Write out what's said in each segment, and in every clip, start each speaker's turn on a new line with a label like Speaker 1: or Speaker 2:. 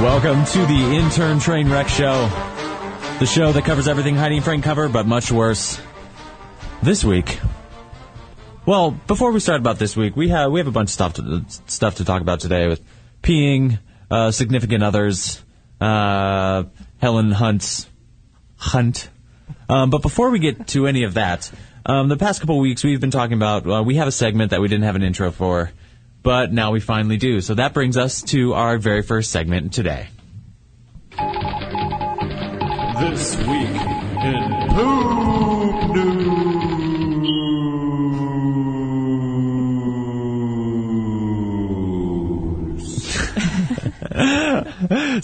Speaker 1: Welcome to the Intern Train Wreck Show, the show that covers everything Heidi and Frank cover, but much worse. This week, well, before we start about this week, we have we have a bunch of stuff to, stuff to talk about today with peeing, uh, significant others, uh, Helen Hunt's hunt. Um, but before we get to any of that, um, the past couple weeks we've been talking about uh, we have a segment that we didn't have an intro for, but now we finally do. So that brings us to our very first segment today.
Speaker 2: This week in poop news.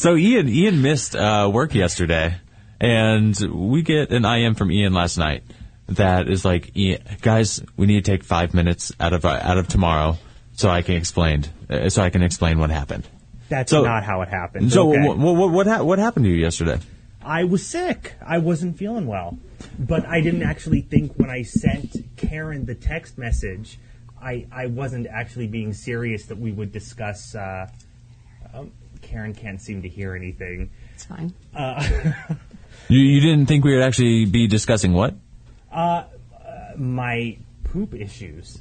Speaker 1: So Ian, Ian missed uh, work yesterday, and we get an IM from Ian last night that is like, "Ian, guys, we need to take five minutes out of uh, out of tomorrow so I can explain uh, so I can explain what happened.
Speaker 3: That's
Speaker 1: So-
Speaker 3: not how it happened.
Speaker 1: So
Speaker 3: okay.
Speaker 1: what what what, ha- what happened to you yesterday?
Speaker 3: I was sick. I wasn't feeling well. But I didn't actually think when I sent Karen the text message, I, I wasn't actually being serious that we would discuss. Uh, um, Karen can't seem to hear anything.
Speaker 4: It's fine.
Speaker 1: You you didn't think we would actually be discussing what?
Speaker 3: My poop issues.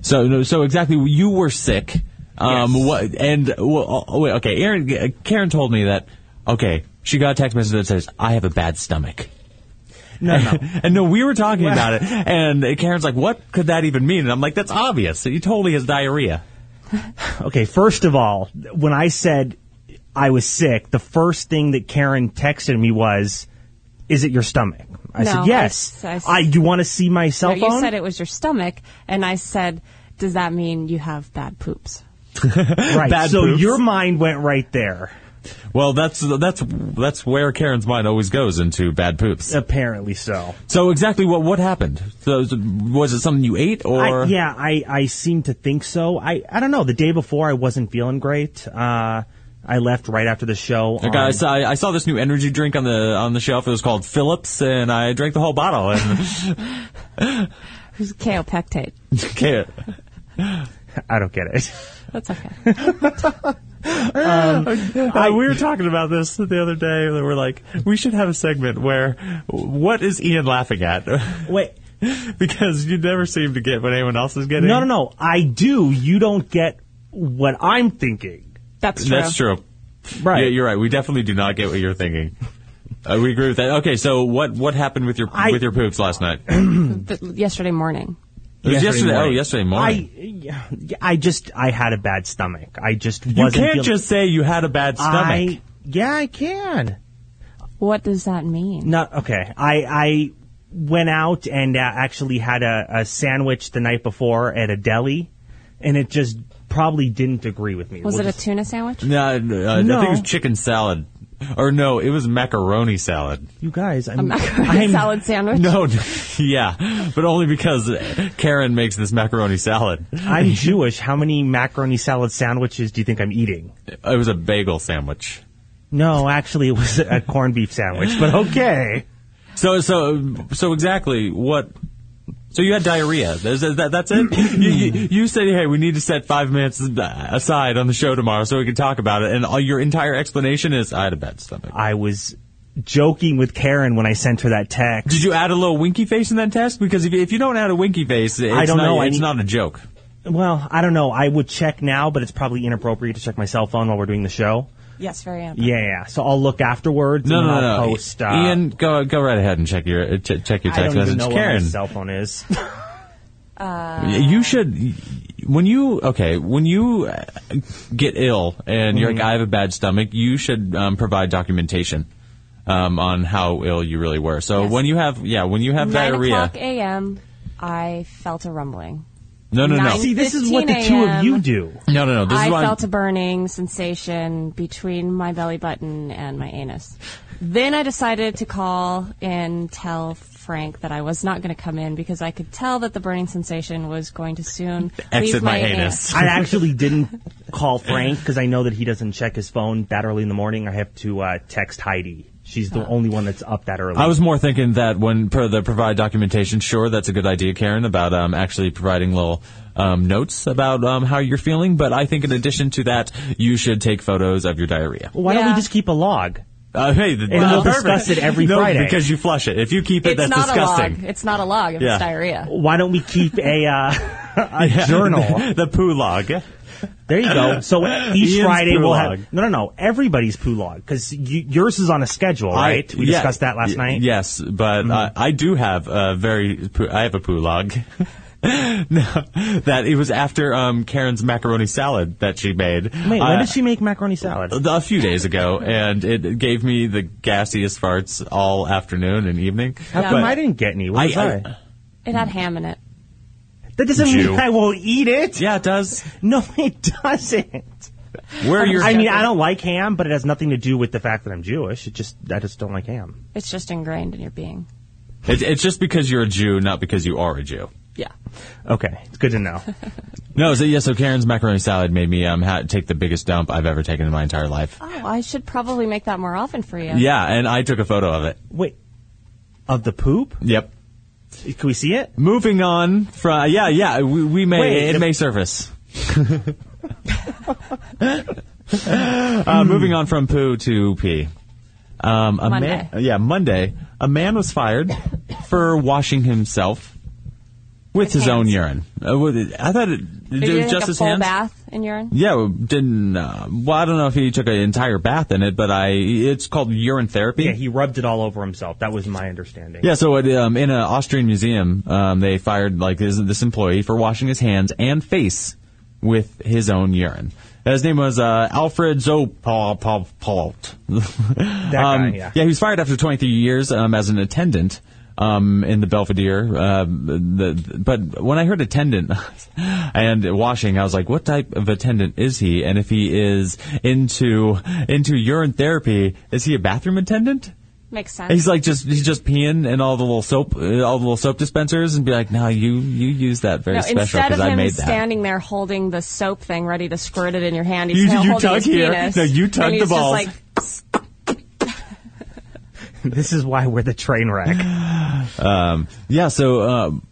Speaker 1: So no, so exactly, you were sick. Um,
Speaker 3: Yes.
Speaker 1: what and well, oh, wait, okay, Aaron, Karen told me that. Okay, she got a text message that says, "I have a bad stomach."
Speaker 3: No, no.
Speaker 1: And no, we were talking about it, and Karen's like, "What could that even mean?" And I'm like, "That's obvious. He totally has diarrhea."
Speaker 5: Okay, first of all, when I said I was sick, the first thing that Karen texted me was, "Is it your stomach?" I
Speaker 4: No,
Speaker 5: said,
Speaker 4: I
Speaker 5: "Yes."
Speaker 4: s- I s-
Speaker 5: I- you want to see my cell
Speaker 4: No,
Speaker 5: phone?
Speaker 4: you said it was your stomach, and I said, "Does that mean you have bad poops?"
Speaker 5: right.
Speaker 1: Bad
Speaker 5: so
Speaker 1: poops.
Speaker 5: your mind went right there.
Speaker 1: Well, that's that's that's where Karen's mind always goes into bad poops.
Speaker 5: Apparently so.
Speaker 1: So exactly what what happened? So was it something you ate or
Speaker 5: I, yeah, I, I seem to think so. I, I don't know. The day before, I wasn't feeling great. Uh, I left right after the show.
Speaker 1: Okay,
Speaker 5: on-
Speaker 1: I saw I saw this new energy drink on the on the shelf. It was called Phillips, and I drank the whole bottle. And
Speaker 4: It was kaopectate.
Speaker 1: Okay.
Speaker 5: I don't get it.
Speaker 4: That's okay.
Speaker 1: Uh, we were talking about this the other day. and We're like, we should have a segment where what is Ian laughing at?
Speaker 5: Wait.
Speaker 1: because you never seem to get what anyone else is getting.
Speaker 5: No, no, no. I do. You don't get what I'm thinking.
Speaker 4: That's true.
Speaker 1: That's true.
Speaker 5: Right.
Speaker 1: Yeah, you're right. We definitely do not get what you're thinking. Uh, we agree with that. Okay, so what what happened with your
Speaker 5: I-
Speaker 1: with your poops last night? It
Speaker 4: Th- yesterday morning.
Speaker 1: was
Speaker 5: Yesterday
Speaker 1: yesterday. Oh,
Speaker 5: morning.
Speaker 1: yesterday morning.
Speaker 5: I, yeah, I just, I had a bad stomach. I just
Speaker 1: you
Speaker 5: wasn't.
Speaker 1: can't
Speaker 5: feeling-
Speaker 1: just say you had a bad stomach.
Speaker 5: I, yeah, I can.
Speaker 4: What does that mean?
Speaker 5: Not okay. I, I went out and uh, actually had a, a sandwich the night before at a deli, and it just probably didn't agree with me.
Speaker 4: Was
Speaker 5: We'll
Speaker 4: it a
Speaker 5: just-
Speaker 4: tuna sandwich?
Speaker 1: No, uh, I
Speaker 5: No.
Speaker 1: think it was chicken salad, or no, it was macaroni salad.
Speaker 5: you guys? I'm,
Speaker 4: Macaroni
Speaker 5: I'm-
Speaker 4: salad sandwich.
Speaker 1: No, yeah, but only because Karen makes this macaroni salad.
Speaker 5: I'm Jewish. How many macaroni salad sandwiches do you think I'm eating?
Speaker 1: It was a bagel sandwich.
Speaker 5: No, actually, it was a corned beef sandwich. But okay.
Speaker 1: So, so, so exactly what? So you had diarrhea. That's, that, that's it. you, you, you said, "Hey, we need to set five minutes aside on the show tomorrow so we can talk about it." And all your entire explanation is, "I had a bad stomach."
Speaker 5: I was joking with Karen when I sent her that text.
Speaker 1: Did you add a little winky face in that test? Because if, you- if you don't add a winky face, it's
Speaker 5: don't
Speaker 1: not,
Speaker 5: know. I
Speaker 1: It's
Speaker 5: need-
Speaker 1: not a joke.
Speaker 5: Well, I don't know. I would check now, but it's probably inappropriate to check my cell phone while we're doing the show.
Speaker 4: Yes, very amber.
Speaker 5: Yeah, yeah. So I'll look afterwards.
Speaker 1: No,
Speaker 5: and
Speaker 1: no,
Speaker 5: I'll
Speaker 1: no.
Speaker 5: Post, uh,
Speaker 1: Ian, go go right ahead and check your uh, ch- check your
Speaker 5: I
Speaker 1: text
Speaker 5: don't even
Speaker 1: message.
Speaker 5: know where my
Speaker 1: Karen,
Speaker 5: cell phone is.
Speaker 1: you should when you okay when you uh, get ill and you're
Speaker 5: Mm-hmm.
Speaker 1: like I have a bad stomach, you should um, provide documentation um, on how ill you really were. So
Speaker 4: Yes.
Speaker 1: when you have yeah when you have
Speaker 4: Nine
Speaker 1: diarrhea,
Speaker 4: o'clock a.m. I felt a rumbling.
Speaker 1: no no no
Speaker 4: nine-
Speaker 5: See, this is what the
Speaker 4: 15
Speaker 5: two of
Speaker 4: a.m..
Speaker 5: you do.
Speaker 1: no no no this
Speaker 4: I
Speaker 1: is why
Speaker 4: felt a burning sensation between my belly button and my anus. Then I decided to call and tell Frank that I was not going to come in because I could tell that the burning sensation was going to soon
Speaker 1: exit
Speaker 4: leave
Speaker 1: my
Speaker 4: my,
Speaker 1: anus.
Speaker 5: I actually didn't call Frank because I know that he doesn't check his phone that early in the morning. I have to uh, text Heidi. She's the only one that's up that early.
Speaker 1: I was more thinking that when per the provide documentation, sure, that's a good idea, Karen, about um, actually providing little um, notes about um, how you're feeling. But I think in addition to that, you should take photos of your diarrhea.
Speaker 5: Why don't we
Speaker 4: Yeah.
Speaker 5: just keep a log?
Speaker 1: Uh, hey, th-
Speaker 5: And we'll
Speaker 1: perfect.
Speaker 5: discuss it every
Speaker 1: no,
Speaker 5: Friday.
Speaker 1: because you flush it. If you keep it, that's
Speaker 4: it's not
Speaker 1: disgusting.
Speaker 4: a log. It's not a log. If
Speaker 1: Yeah.
Speaker 4: It's diarrhea.
Speaker 5: Why don't we keep a uh, a
Speaker 1: Yeah.
Speaker 5: journal?
Speaker 1: the poo log.
Speaker 5: There you go. So uh, each
Speaker 1: Ian's
Speaker 5: Friday
Speaker 1: poo
Speaker 5: we'll
Speaker 1: log.
Speaker 5: have no, no, no. Everybody's poo log because yours is on a schedule, right?
Speaker 1: I-
Speaker 5: we
Speaker 1: yeah,
Speaker 5: discussed that last
Speaker 1: y-
Speaker 5: night. Mm-hmm.
Speaker 1: Yes, but uh, I do have a very. poo- I have a poo log. no, that it was after um, Karen's macaroni salad that she made.
Speaker 5: Wait,
Speaker 1: Uh,
Speaker 5: when did she make macaroni salad?
Speaker 1: a few days ago, and it gave me the gassiest farts all afternoon and evening.
Speaker 5: How
Speaker 4: Yeah.
Speaker 5: come
Speaker 4: but-
Speaker 5: I didn't get any? What
Speaker 1: I-
Speaker 5: was I,
Speaker 1: I-
Speaker 4: It had ham in it.
Speaker 5: that doesn't
Speaker 1: Jew.
Speaker 5: mean I will eat it.
Speaker 1: Yeah, it does.
Speaker 5: No, it doesn't.
Speaker 1: Where you're,
Speaker 5: I mean, I don't like ham, but it has nothing to do with the fact that I'm Jewish. It just I just don't like ham.
Speaker 4: It's just ingrained in your being.
Speaker 1: it, it's just because you're a Jew, not because you are a Jew.
Speaker 4: Yeah.
Speaker 5: Okay, it's good to know.
Speaker 1: No, so yeah, so Karen's macaroni salad made me um ha- take the biggest dump I've ever taken in my entire life.
Speaker 4: Oh, I should probably make that more often for you.
Speaker 1: Yeah, and I took a photo of it.
Speaker 5: Wait, of the poop?
Speaker 1: Yep.
Speaker 5: Can we see it?
Speaker 1: Moving on from uh, yeah, yeah, we, we may
Speaker 5: Wait,
Speaker 1: it
Speaker 5: if-
Speaker 1: may surface. uh, moving on from poo to pee. Um, a
Speaker 4: Monday.
Speaker 1: Man, yeah, Monday, a man was fired for washing himself with, his own
Speaker 4: hands.
Speaker 1: urine. Uh, with- I thought it,
Speaker 4: Did
Speaker 1: it
Speaker 4: you
Speaker 1: was
Speaker 4: take
Speaker 1: just
Speaker 4: a
Speaker 1: his
Speaker 4: full
Speaker 1: hands.
Speaker 4: bath in urine?
Speaker 1: Yeah, well, didn't. Uh, well, I don't know if he took an entire bath in it, but I. It's called urine therapy.
Speaker 5: Yeah, he rubbed it all over himself. That was my understanding.
Speaker 1: Yeah, so it, um, in an Austrian museum, um, they fired like this, this employee for washing his hands and face with his own urine. His name was uh, Alfred Zopopopolt. that
Speaker 5: guy, yeah.
Speaker 1: Um, he was fired after 23 years um, as an attendant um, in the Belvedere. Uh, the, but when I heard attendant and washing, I was like, "What type of attendant is he? And if he is into into urine therapy, is he a bathroom attendant?"
Speaker 4: Makes sense.
Speaker 1: He's like just he's just peeing in all the little soap, uh, all the little soap dispensers, and be like, "No, you you use that very
Speaker 4: no,
Speaker 1: special
Speaker 4: instead
Speaker 1: because
Speaker 4: of
Speaker 1: I
Speaker 4: him
Speaker 1: made that."
Speaker 4: standing there holding the soap thing ready to squirt it in your hand, he's
Speaker 1: You-
Speaker 4: now
Speaker 1: you
Speaker 4: holding
Speaker 1: tug
Speaker 4: his
Speaker 1: here.
Speaker 4: penis.
Speaker 1: No, you
Speaker 4: and
Speaker 1: tug the
Speaker 4: he's just
Speaker 1: balls.
Speaker 4: like,
Speaker 5: This is why we're the train wreck.
Speaker 1: Oh, yeah, so um,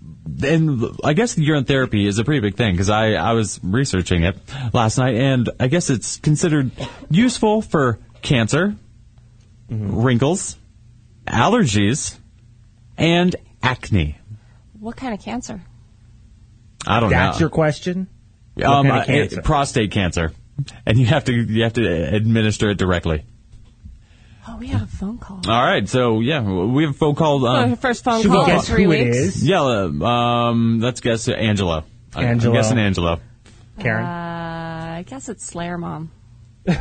Speaker 1: and I guess urine therapy is a pretty big thing because I I was researching it last night, and I guess it's considered useful for cancer,
Speaker 5: Mm-hmm.
Speaker 1: wrinkles, allergies, and acne.
Speaker 4: what kind of cancer?
Speaker 1: I don't
Speaker 5: That's
Speaker 1: know.
Speaker 5: your question?
Speaker 1: um,
Speaker 5: kind of
Speaker 1: uh,
Speaker 5: cancer?
Speaker 1: prostate cancer, and you have to you have to administer it directly.
Speaker 4: Oh, we have a phone call.
Speaker 1: All right, so yeah, we have a phone call.
Speaker 4: Oh,
Speaker 1: Um,
Speaker 4: first phone
Speaker 5: Should we
Speaker 4: call in
Speaker 5: guess
Speaker 4: three
Speaker 5: who it
Speaker 4: weeks.
Speaker 5: is?
Speaker 1: yeah, uh, um, let's guess uh, Angelo. I-
Speaker 5: Angelo.
Speaker 1: I'm guessing Angelo.
Speaker 5: Karen?
Speaker 4: Uh, I guess it's Slayer Mom.
Speaker 1: Uh,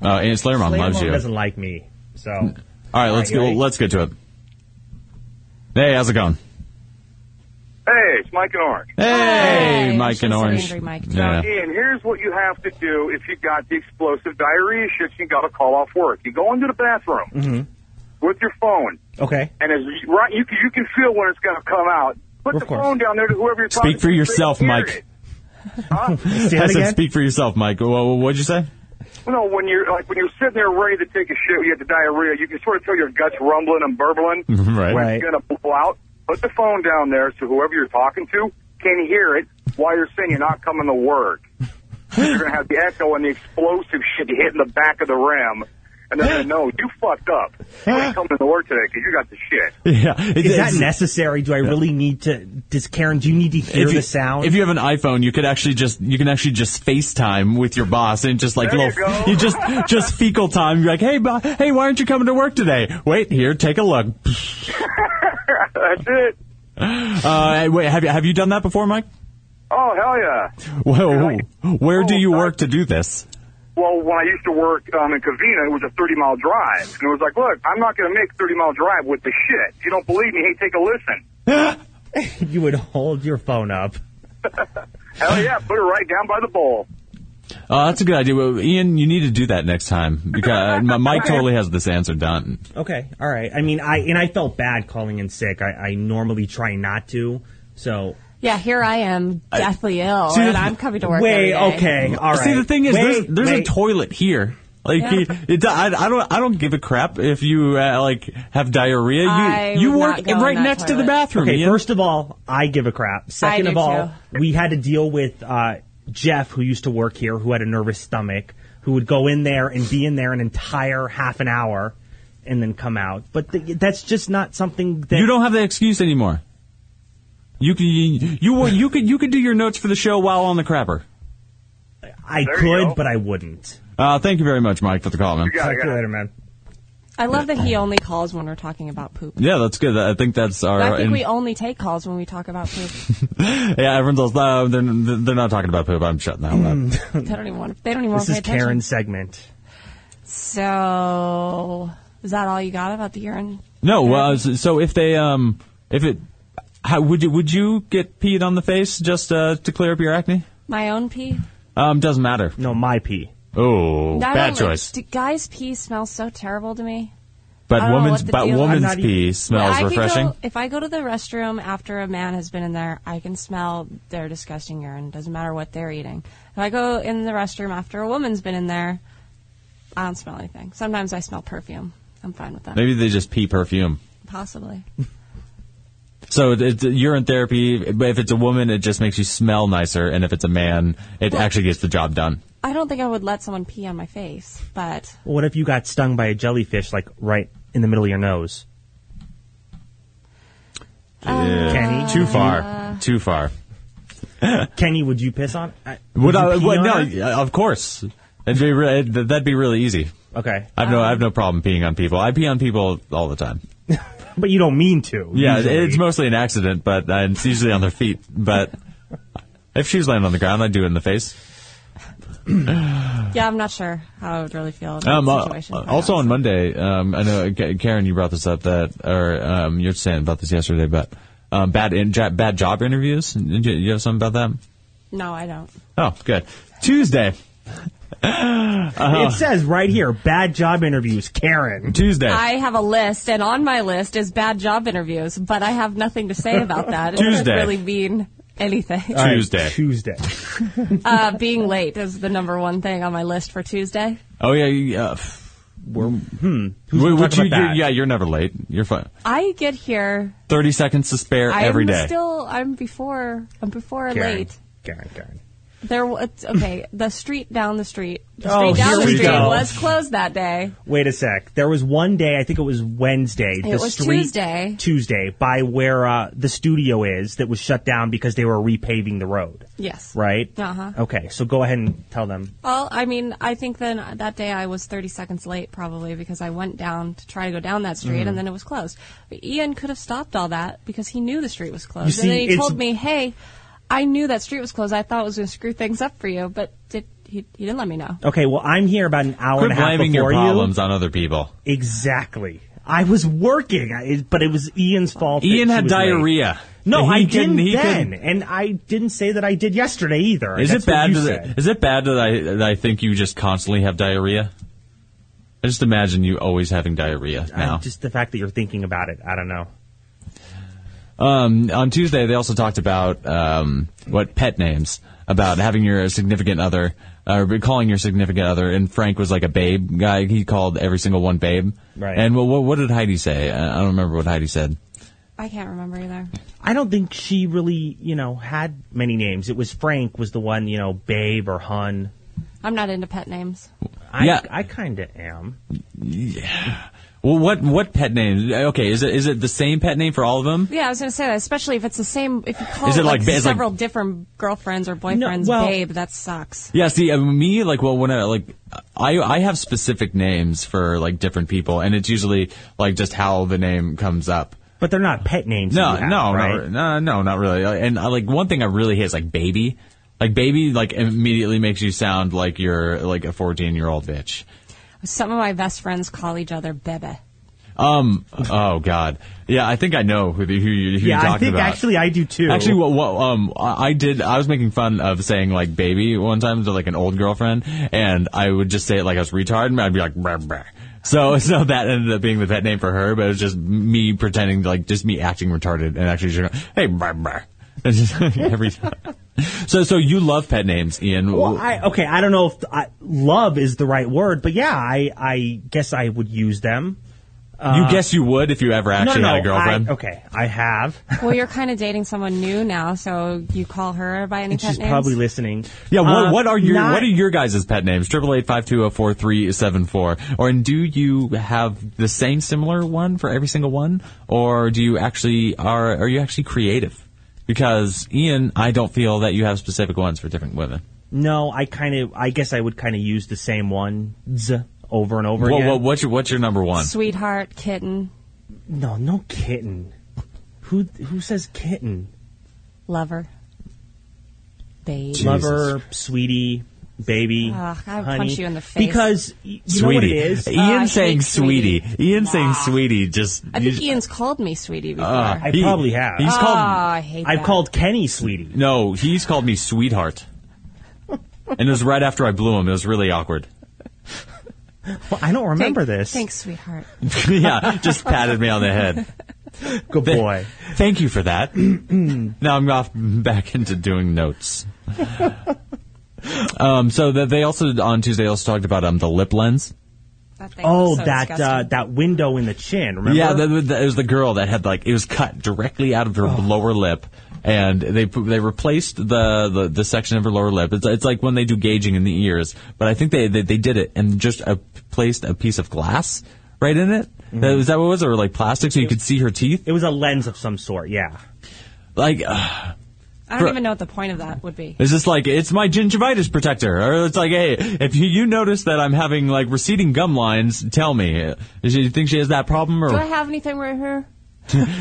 Speaker 1: and Slayer Mom
Speaker 5: Slayer
Speaker 1: loves
Speaker 5: Mom
Speaker 1: you.
Speaker 5: doesn't like me. So,
Speaker 1: All right, let's
Speaker 5: All
Speaker 1: go.
Speaker 5: right, ready?
Speaker 1: Let's get to it. Hey, how's it going?
Speaker 6: Hey, it's Mike and Orange.
Speaker 1: Hey,
Speaker 4: Hey,
Speaker 1: Mike
Speaker 4: I'm
Speaker 1: and
Speaker 4: so
Speaker 1: Orange.
Speaker 4: angry, Mike.
Speaker 1: Yeah.
Speaker 6: And here's what you have to do if you got the explosive diarrhea shits and you got to call off work. You go into the bathroom
Speaker 1: Mm-hmm.
Speaker 6: with your phone,
Speaker 5: okay.
Speaker 6: and as you- right, you can, you can feel when it's going to come out. Put
Speaker 5: Of
Speaker 6: the
Speaker 5: course.
Speaker 6: phone down there to whoever you're talking
Speaker 1: Speak
Speaker 6: to.
Speaker 1: for yourself,
Speaker 6: Hear
Speaker 1: Mike.
Speaker 6: it. Huh?
Speaker 5: Say
Speaker 1: I
Speaker 5: that
Speaker 1: said,
Speaker 5: again?
Speaker 1: speak for yourself, Mike. Wha- what'd you say?
Speaker 6: no, when you're like when you're sitting there ready to take a shit, you have the diarrhea. You can sort of feel your guts rumbling and burbling.
Speaker 1: Right.
Speaker 5: Right.
Speaker 6: It's going to blow out. Put the phone down there so whoever you're talking to can hear it while you're saying you're not coming to work. you're going to have the echo and the explosive shit hitting the back of the rim. And they're going to know you fucked up. You ain't coming to work today because you got the shit.
Speaker 1: Yeah. It's-
Speaker 5: Is that
Speaker 1: it's-
Speaker 5: necessary? Do I really need to? Does Karen? Do you need to hear
Speaker 1: if you,
Speaker 5: the sound?
Speaker 1: if you have an iPhone, you could actually just you can actually just FaceTime with your boss and just like
Speaker 6: There
Speaker 1: little
Speaker 6: you go.
Speaker 1: just just fecal time. You're like, hey, bo- hey, why aren't you coming to work today? Wait here, take a look.
Speaker 6: That's it.
Speaker 1: Uh, wait, have you have you done that before, Mike?
Speaker 6: Oh, hell yeah.
Speaker 1: Whoa, where do you
Speaker 6: Oh,
Speaker 1: work to do this?
Speaker 6: Well, when I used to work um, in Covina, it was a 30 mile drive. And it was like, look, I'm not going to make 30 mile drive with the shit. If you don't believe me, hey, take a listen.
Speaker 5: you would hold your phone up.
Speaker 6: Hell yeah, put it right down by the bowl.
Speaker 1: Oh, that's a good idea. Well, Ian, you need to do that next time because uh, Mike totally has this answer done.
Speaker 5: Okay, all right. I mean, I and I felt bad calling in sick. I, I normally try not to. So
Speaker 4: Yeah, here I am, deathly ill,
Speaker 1: See,
Speaker 4: and
Speaker 1: the-
Speaker 4: I'm coming to work. every
Speaker 5: wait,
Speaker 4: day.
Speaker 5: okay, all right.
Speaker 1: See, the thing is,
Speaker 5: Wait,
Speaker 1: there's, there's a
Speaker 5: wait.
Speaker 1: toilet here. Like
Speaker 4: Yeah.
Speaker 1: it, do- I, I don't I don't give a crap if you uh, like have diarrhea. You
Speaker 4: I
Speaker 1: you
Speaker 4: would
Speaker 1: work
Speaker 4: not go in
Speaker 1: right
Speaker 4: that
Speaker 1: next to the
Speaker 4: toilet.
Speaker 1: bathroom.
Speaker 5: Okay,
Speaker 1: Ian.
Speaker 5: first of all, I give a crap. Second
Speaker 4: do
Speaker 5: of all, we had to deal with uh, Jeff, who used to work here, who had a nervous stomach, who would go in there and be in there an entire half an hour and then come out. But th- that's just not something that
Speaker 1: you don't have that excuse anymore. You can you you, you could you could do your notes for the show while on the crapper.
Speaker 5: I
Speaker 6: There you
Speaker 5: could,
Speaker 6: go.
Speaker 5: but I wouldn't.
Speaker 1: Uh, thank you very much, Mike, for the call, man.
Speaker 6: You got
Speaker 5: Talk
Speaker 6: it,
Speaker 5: to
Speaker 6: got
Speaker 5: you
Speaker 6: it.
Speaker 5: later, man.
Speaker 4: I love that he only calls when we're talking about poop.
Speaker 1: Yeah, that's good. I think that's our.
Speaker 4: I think
Speaker 1: and-
Speaker 4: we only take calls when we talk about poop.
Speaker 1: yeah, everyone's else. No, they're they're not talking about poop. I'm shutting that one. up.
Speaker 4: they don't even want. They don't even want
Speaker 5: This
Speaker 4: to pay
Speaker 5: is
Speaker 4: attention.
Speaker 5: Karen's segment.
Speaker 4: So is that all you got about the urine?
Speaker 1: No, well, s- so if they um if it how, would you would you get peed on the face just uh, to clear up your acne?
Speaker 4: My own pee.
Speaker 1: Um, doesn't matter.
Speaker 5: No, my pee.
Speaker 1: Oh,
Speaker 4: I
Speaker 1: bad
Speaker 4: don't like-
Speaker 1: choice.
Speaker 4: do guys' pee smells so terrible to me. I
Speaker 1: But
Speaker 4: don't know
Speaker 1: woman's
Speaker 4: what the
Speaker 1: but
Speaker 4: deal- I'm
Speaker 1: woman's
Speaker 5: not
Speaker 1: pee
Speaker 5: even-
Speaker 1: smells
Speaker 4: I could
Speaker 1: refreshing.
Speaker 4: Go, if I go to the restroom after a man has been in there, I can smell their disgusting urine. Doesn't matter what they're eating. If I go in the restroom after a woman's been in there, I don't smell anything. Sometimes I smell perfume. I'm fine with that.
Speaker 1: Maybe they just pee perfume.
Speaker 4: Possibly.
Speaker 1: So it- it's urine therapy. But if it's a woman, it just makes you smell nicer, and if it's a man, it actually gets the job done.
Speaker 4: I don't think I would let someone pee on my face, but
Speaker 5: What if you got stung by a jellyfish, like right in the middle of your nose?
Speaker 4: Uh,
Speaker 1: Yeah.
Speaker 5: Kenny,
Speaker 1: Too far. Too far.
Speaker 5: Kenny, would you piss on? I-
Speaker 1: Would I,
Speaker 5: you pee
Speaker 1: would-
Speaker 5: on
Speaker 1: no,
Speaker 5: her?
Speaker 1: yeah, of course. It'd be re- that'd be really easy.
Speaker 5: Okay,
Speaker 1: I've no, I've no problem peeing on people. I pee on people all the time.
Speaker 5: but you don't mean to.
Speaker 1: Yeah,
Speaker 5: usually.
Speaker 1: it's mostly an accident, but uh, it's usually on their feet. But if she was laying on the ground, I'd do it in the face.
Speaker 4: yeah, I'm not sure how I would really feel in that
Speaker 1: Um, uh,
Speaker 4: situation.
Speaker 1: also on Monday, um, I know K- Karen, you brought this up that, or um, you were saying about this yesterday, but um, bad in, jo- bad job interviews. Did you, you have something about
Speaker 4: no, I don't.
Speaker 1: that? Oh, good. Tuesday,
Speaker 5: It says right here, bad job interviews, Karen.
Speaker 1: Tuesday,
Speaker 4: I have a list, and on my list is bad job interviews, but I have nothing to say about that. It
Speaker 1: Tuesday.
Speaker 4: doesn't really mean anything.
Speaker 5: All right,
Speaker 1: Tuesday.
Speaker 5: Tuesday.
Speaker 4: Uh, being late is the number one thing on my list for Tuesday.
Speaker 1: Oh yeah, yeah. Uh, we're, hmm.
Speaker 5: gonna
Speaker 1: Which
Speaker 5: talk
Speaker 1: you,
Speaker 5: about
Speaker 1: you-
Speaker 5: that?
Speaker 1: yeah, you're never late. You're fine.
Speaker 4: I get here.
Speaker 1: Thirty seconds to spare every
Speaker 4: I'm
Speaker 1: day.
Speaker 4: still. I'm before. I'm before
Speaker 5: Karen.
Speaker 4: late.
Speaker 5: Karen, Karen.
Speaker 4: There. wa- It's, okay. The street down the street. The street
Speaker 5: Oh,
Speaker 4: down
Speaker 5: here
Speaker 4: the
Speaker 5: we
Speaker 4: street
Speaker 5: go.
Speaker 4: was closed that day.
Speaker 5: Wait a sec. There was one day, I think it was Wednesday. the
Speaker 4: It was
Speaker 5: street,
Speaker 4: Tuesday.
Speaker 5: Tuesday, by where uh, the studio is, that was shut down because they were repaving the road.
Speaker 4: Yes.
Speaker 5: Right.
Speaker 4: Uh-huh.
Speaker 5: Okay, so go ahead and tell them.
Speaker 4: Well, I mean, I think then uh, that day I was 30 seconds late probably because I went down to try to go down that street
Speaker 1: Mm.
Speaker 4: and then it was closed. But Ian could have stopped all that because he knew the street was closed.
Speaker 5: see,
Speaker 4: and then he
Speaker 5: it's-
Speaker 4: told me, hey, I knew that street was closed. I thought it was going to screw things up for you, but did, he, he didn't let me know.
Speaker 5: Okay, well, I'm here about an hour
Speaker 1: Quit
Speaker 5: and a half
Speaker 1: blaming your
Speaker 5: before
Speaker 1: problems on other people.
Speaker 5: you. Exactly. I was working, I- it- but it was Ian's fault. that
Speaker 1: Ian
Speaker 5: she
Speaker 1: had
Speaker 5: was late.
Speaker 1: diarrhea.
Speaker 5: No,
Speaker 1: He
Speaker 5: I
Speaker 1: can-
Speaker 5: didn't
Speaker 1: he
Speaker 5: then,
Speaker 1: can-
Speaker 5: and I didn't say that I did yesterday either.
Speaker 1: Is
Speaker 5: That's
Speaker 1: it
Speaker 5: what
Speaker 1: bad?
Speaker 5: you
Speaker 1: That,
Speaker 5: said.
Speaker 1: is it bad that I that I think you just constantly have diarrhea? I just imagine you always having diarrhea
Speaker 5: I-
Speaker 1: now.
Speaker 5: Just the fact that you're thinking about it, I don't know.
Speaker 1: um, on Tuesday, they also talked about um, what pet names about having your significant other uh, or calling your significant other. And Frank was like a babe guy. He called every single one babe.
Speaker 5: Right.
Speaker 1: And what what, what did Heidi say? I I don't remember what Heidi said.
Speaker 4: I can't remember either.
Speaker 5: I don't think she really, you know, had many names. It was Frank was the one, you know, Babe or Hun.
Speaker 4: I'm not into pet names.
Speaker 5: I,
Speaker 1: Yeah.
Speaker 5: I kind of am.
Speaker 1: Well, what what pet name? Okay, is it is it the same pet name for all of them?
Speaker 4: Yeah, I was going to say that, especially if it's the same, if you call
Speaker 1: Is it like ba- it's like-
Speaker 4: several different girlfriends or boyfriends,
Speaker 5: well-
Speaker 4: babe, that sucks.
Speaker 1: Yeah, see, uh, me like well, when I like, I I have specific names for like different people, and it's usually like just how the name comes up.
Speaker 5: But they're not pet names.
Speaker 1: No,
Speaker 5: that you have,
Speaker 1: no,
Speaker 5: right?
Speaker 1: no, no, no, not really. Uh, And I like one thing I really hate is like baby, like baby, like immediately makes you sound like you're like a fourteen year old bitch.
Speaker 4: Some of my best friends call each other Bebe.
Speaker 1: Um, oh god, yeah, I think I know who the, who, you, who you're
Speaker 5: Yeah, I
Speaker 1: talking
Speaker 5: think
Speaker 1: about.
Speaker 5: actually I do too.
Speaker 1: Actually, what, what um, I I did. I was making fun of saying like "baby" one time to like an old girlfriend, and I would just say it like I was retarded, and I'd be like "brr brr." So, so that ended up being the pet name for her, but it was just me pretending like just me acting retarded and actually just going, "Hey, brr brr." It's just every time. So, so you love pet names, Ian?
Speaker 5: Well, I, okay, I don't know if I, love is the right word, but yeah, I, I guess I would use them.
Speaker 1: you guess you would if you ever
Speaker 5: uh, No,
Speaker 1: actually
Speaker 5: no,
Speaker 1: had a girlfriend.
Speaker 5: I, okay, I have.
Speaker 4: Well, you're kind of dating someone new now, so you call her by any pet
Speaker 5: She's
Speaker 4: names?
Speaker 5: probably listening.
Speaker 1: Yeah, what,
Speaker 5: Uh,
Speaker 1: what are your
Speaker 5: not-
Speaker 1: what are your guys' pet names? Triple eight five two zero four three seven four. Or and do you have the same similar one for every single one, or do you actually are are you actually creative? Because Ian, I don't feel that you have specific ones for different women.
Speaker 5: No, I kind of. I guess I would kind of use the same ones over and over
Speaker 1: What,
Speaker 5: again.
Speaker 1: what, what's your what's your number one?
Speaker 4: Sweetheart, kitten,
Speaker 5: No, no kitten. Who who says kitten?
Speaker 4: lover, babe.
Speaker 5: Lover, sweetie, baby,
Speaker 4: Ugh, I would
Speaker 5: honey.
Speaker 4: punch you in the face.
Speaker 5: Because y- you know what
Speaker 1: Sweetie.
Speaker 5: it is.
Speaker 1: Ian
Speaker 4: Uh, I
Speaker 1: saying
Speaker 4: hate
Speaker 1: sweetie.
Speaker 4: sweetie.
Speaker 1: Ian saying sweetie. Just
Speaker 4: I think
Speaker 1: you-
Speaker 4: Ian's called me sweetie before.
Speaker 1: uh,
Speaker 5: I probably have.
Speaker 1: He's
Speaker 4: oh,
Speaker 1: called
Speaker 4: I hate
Speaker 5: Ah, I've
Speaker 4: that.
Speaker 5: called Kenny sweetie.
Speaker 1: no. He's called me sweetheart, and it was right after I blew him. It was really awkward.
Speaker 5: Well, I don't remember
Speaker 4: Thank-
Speaker 5: this.
Speaker 4: Thanks, sweetheart.
Speaker 1: yeah, just patted me on the head.
Speaker 5: Good boy.
Speaker 1: Thank you for that. now I'm off back into doing notes. um, so that they also on Tuesday also talked about um, the lip lens.
Speaker 4: That thing
Speaker 5: Oh,
Speaker 4: was so
Speaker 5: that uh,
Speaker 4: disgusting.
Speaker 5: that window in the chin. Remember? Oh.
Speaker 1: Yeah, that, that- it was the girl that had like it was cut directly out of her lower lip, and they pu- they replaced the, the, the section of her lower lip. It's, it's like when they do gauging in the ears, but I think they they, they did it and just uh placed a piece of glass right in it.
Speaker 5: Mm-hmm.
Speaker 1: That- Was that what it was or like plastic so you could see her teeth?
Speaker 5: it was a lens of some sort. Yeah.
Speaker 1: Like. Uh,
Speaker 4: I don't even know what the point of that would be.
Speaker 1: It's just like it's my gingivitis protector, or it's like, hey, if you, you notice that I'm having like receding gum lines, tell me. Do you think she has that problem,
Speaker 4: Do I
Speaker 1: or
Speaker 4: have anything right here?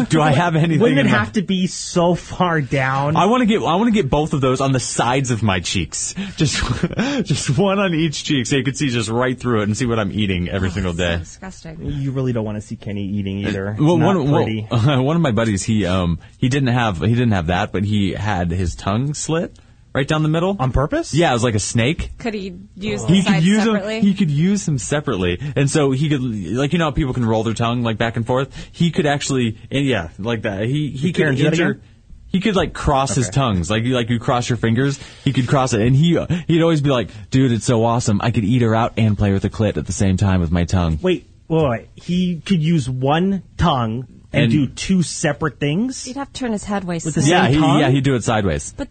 Speaker 1: do I have anything?
Speaker 5: Wouldn't it
Speaker 1: in my-
Speaker 5: have to be so far down?
Speaker 1: I want to get I want to get both of those on the sides of my cheeks, just just one on each cheek, so you can see just right through it and see what I'm eating every single
Speaker 4: Oh, So
Speaker 1: day.
Speaker 4: disgusting.
Speaker 5: you really don't want to see Kenny eating either. It's
Speaker 1: Uh, Well,
Speaker 5: not
Speaker 1: one, well, uh,
Speaker 5: pretty.
Speaker 1: one of my buddies, he um he didn't have he didn't have that, but he had his tongue slit right down the middle.
Speaker 5: on purpose?
Speaker 1: yeah, it was like a snake.
Speaker 4: Could he use the
Speaker 1: he could
Speaker 4: sides
Speaker 1: use
Speaker 4: separately?
Speaker 1: them. He could use them separately, and so he could, like you know, how people can roll their tongue like back and forth. He could actually, and yeah, like that. He he could
Speaker 5: Karen, do that
Speaker 1: injure-
Speaker 5: again?
Speaker 1: He could like cross his tongues, like you- like you cross your fingers. He could cross it, and he uh, he'd always be like, "Dude, it's so awesome! I could eat her out and play with the clit at the same time with my tongue."
Speaker 5: Wait, wait, wait. He could use one tongue and,
Speaker 1: And-
Speaker 5: do two separate things.
Speaker 4: He'd have to turn his head waist.
Speaker 5: With the
Speaker 4: in.
Speaker 5: same
Speaker 1: yeah, he,
Speaker 5: tongue?
Speaker 1: yeah, he'd do it sideways.
Speaker 4: But-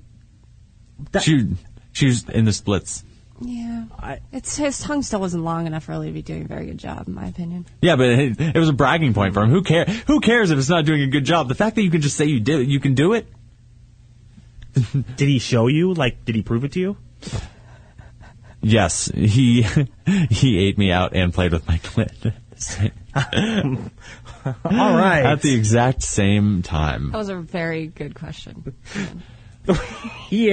Speaker 5: That-
Speaker 1: she she was in the splits.
Speaker 4: Yeah. it's his tongue still wasn't long enough really to be doing a very good job, in my opinion.
Speaker 1: Yeah, but it, it was a bragging point for him. Who care? Who cares if it's not doing a good job? The fact that you can just say you did it, you can do it.
Speaker 5: Did he show you? Like, did he prove it to you?
Speaker 1: Yes, he he ate me out and played with my clit
Speaker 5: All right.
Speaker 1: at the exact same time.
Speaker 4: That was a very good question.
Speaker 5: he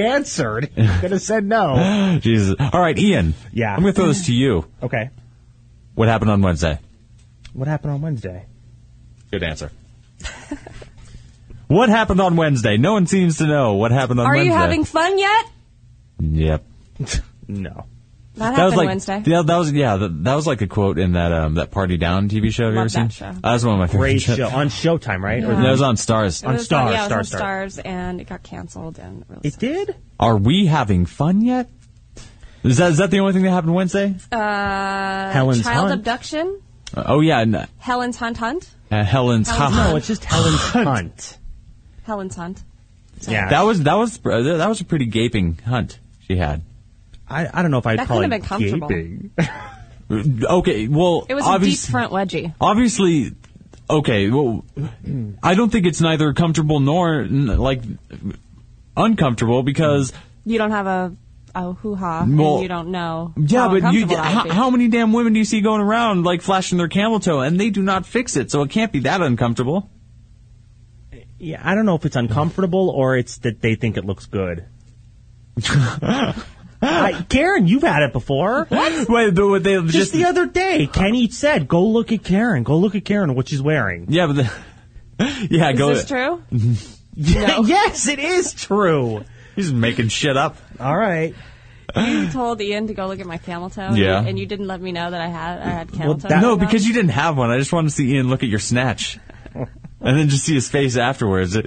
Speaker 5: answered. He could have said no.
Speaker 4: Oh.
Speaker 1: Jesus. All right, Ian.
Speaker 5: Yeah.
Speaker 1: I'm gonna throw this to you.
Speaker 5: Okay.
Speaker 1: What happened on Wednesday?
Speaker 5: What happened on Wednesday?
Speaker 1: Good answer. what happened on Wednesday? No one seems to know what happened on
Speaker 4: Are
Speaker 1: Wednesday.
Speaker 4: you having fun yet?
Speaker 1: Yep.
Speaker 5: No.
Speaker 1: That
Speaker 4: That,
Speaker 1: was
Speaker 4: happened
Speaker 1: like
Speaker 4: Wednesday.
Speaker 1: Yeah, that was yeah. That, that was like a quote in that um that Party Down TV show. Have you ever
Speaker 4: Love
Speaker 1: seen?
Speaker 4: that show.
Speaker 1: That was one of my favorite.
Speaker 5: Great
Speaker 1: shows.
Speaker 5: show on Showtime, right? Or-
Speaker 1: That was on Stars.
Speaker 4: It was
Speaker 5: Star,
Speaker 4: yeah, it was
Speaker 5: Star,
Speaker 4: on
Speaker 5: Star.
Speaker 4: Stars, and it got canceled, and it really
Speaker 5: It did.
Speaker 1: Are we having fun yet? Is that is that the only thing that happened Wednesday?
Speaker 4: Uh,
Speaker 5: Helen's
Speaker 4: child
Speaker 5: Hunt.
Speaker 4: abduction.
Speaker 1: Uh, oh yeah, and, uh,
Speaker 4: Helen's Hunt Hunt.
Speaker 1: Helen's.
Speaker 4: Helen's
Speaker 5: No, it's just Helen's hunt.
Speaker 4: Helen's Hunt.
Speaker 5: Yeah.
Speaker 1: That was that was uh, that was a pretty gaping hunt she had.
Speaker 5: I, I don't know if I'd
Speaker 4: That
Speaker 5: call it
Speaker 4: couldn't have been comfortable.
Speaker 5: gaping.
Speaker 1: Okay, well,
Speaker 4: It was a
Speaker 1: obvious-
Speaker 4: deep front wedgie.
Speaker 1: obviously, okay. Well, I don't think it's neither comfortable nor n- like uncomfortable because
Speaker 4: You don't have a, a hoo ha.
Speaker 1: Well,
Speaker 4: you don't know.
Speaker 1: yeah,
Speaker 4: how
Speaker 1: but you
Speaker 4: uncomfortable that would
Speaker 1: how,
Speaker 4: be.
Speaker 1: how many damn women do you see going around like flashing their camel toe and they do not fix it, so it can't be that uncomfortable.
Speaker 5: Yeah, I don't know if it's uncomfortable or it's that they think it looks good. I, Karen, you've had it before.
Speaker 1: Wait, but what they
Speaker 5: Just
Speaker 1: just,
Speaker 5: the other day, Kenny said, "Go look at Karen. Go look at Karen. What she's wearing."
Speaker 1: yeah, but the, yeah,
Speaker 4: Is
Speaker 1: go.
Speaker 4: this true?
Speaker 1: Oh.
Speaker 5: yes, it is true.
Speaker 1: He's making shit up.
Speaker 5: All right.
Speaker 4: You told Ian to go look at my camel toe. and
Speaker 1: Yeah.
Speaker 4: you- And you didn't let me know that I had I had camel
Speaker 5: Well,
Speaker 4: toe.
Speaker 5: that-
Speaker 1: No,
Speaker 4: going on?
Speaker 1: because you didn't have one. I just wanted to see Ian look at your snatch. and then just see his face afterwards.
Speaker 4: You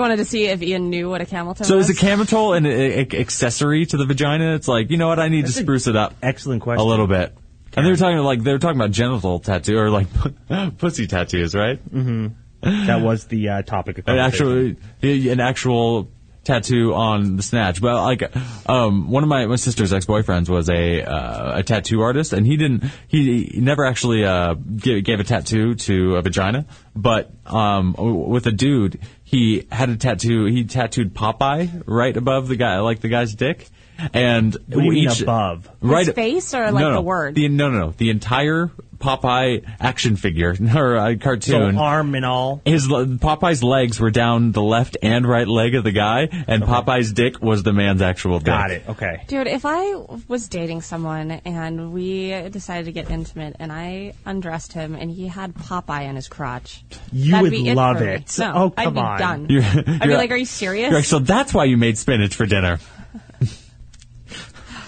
Speaker 4: wanted to see if Ian knew what a camel toe
Speaker 1: So
Speaker 4: was?
Speaker 1: is a camatol an a- a- accessory to the vagina? It's like you know what I need to spruce it up
Speaker 5: Excellent
Speaker 1: a
Speaker 5: question.
Speaker 1: little bit. And they were talking like they were talking about genital tattoo or like pussy tattoos, right?
Speaker 5: That was the uh, topic. Of
Speaker 1: An
Speaker 5: conversation.
Speaker 1: actual an actual tattoo on the snatch. But like um, one of my my sister's ex boyfriends was a uh, a tattoo artist, and he didn't he, he never actually uh, gave, gave a tattoo to a vagina, but um, w- with a dude he had a tattoo. He tattooed Popeye right above the guy, like the guy's dick. And
Speaker 5: What do you mean
Speaker 1: each-
Speaker 5: above?
Speaker 1: right
Speaker 4: face or, like,
Speaker 1: no, no,
Speaker 4: the word?
Speaker 1: the, no no no the entire Popeye action figure or uh, cartoon
Speaker 5: So arm and all.
Speaker 1: his le- Popeye's legs were down the left and right leg of the guy, and Popeye's dick was the man's actual dick.
Speaker 5: Got it. Okay.
Speaker 4: Dude, if I was dating someone and we decided to get intimate and I undressed him and he had Popeye in his crotch,
Speaker 5: You
Speaker 4: that'd
Speaker 5: would
Speaker 4: be it
Speaker 5: love
Speaker 4: for me.
Speaker 5: it.
Speaker 4: No,
Speaker 5: Oh, come
Speaker 4: I'd be
Speaker 5: on.
Speaker 4: done.
Speaker 1: You're-
Speaker 4: I'd be
Speaker 1: you're-
Speaker 4: like, "Are you serious?"
Speaker 1: You're like, so that's why you made spinach for dinner.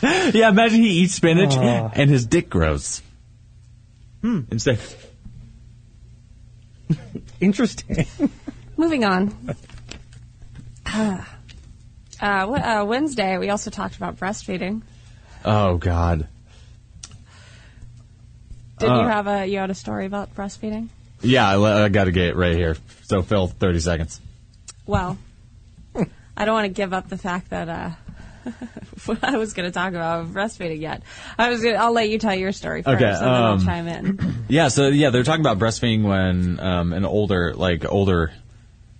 Speaker 1: yeah, imagine he eats spinach
Speaker 5: Ah.
Speaker 1: and his dick grows. Hmm. Instead,
Speaker 5: Interesting.
Speaker 4: Moving on. Uh, wh- uh, Wednesday, we also talked about breastfeeding.
Speaker 1: oh god.
Speaker 4: Did
Speaker 5: Uh.
Speaker 4: you have a you had a story about breastfeeding?
Speaker 1: Yeah, I, le- I got to get it right here. So Phil, thirty seconds.
Speaker 4: Well, I don't want to give up the fact that uh, what I was going to talk about breastfeeding yet. I was. Gonna, I'll let you tell your story first,
Speaker 1: Okay,
Speaker 4: and then I'll
Speaker 1: um,
Speaker 4: chime in.
Speaker 1: Yeah, so yeah, they're talking about breastfeeding when um, an older, like older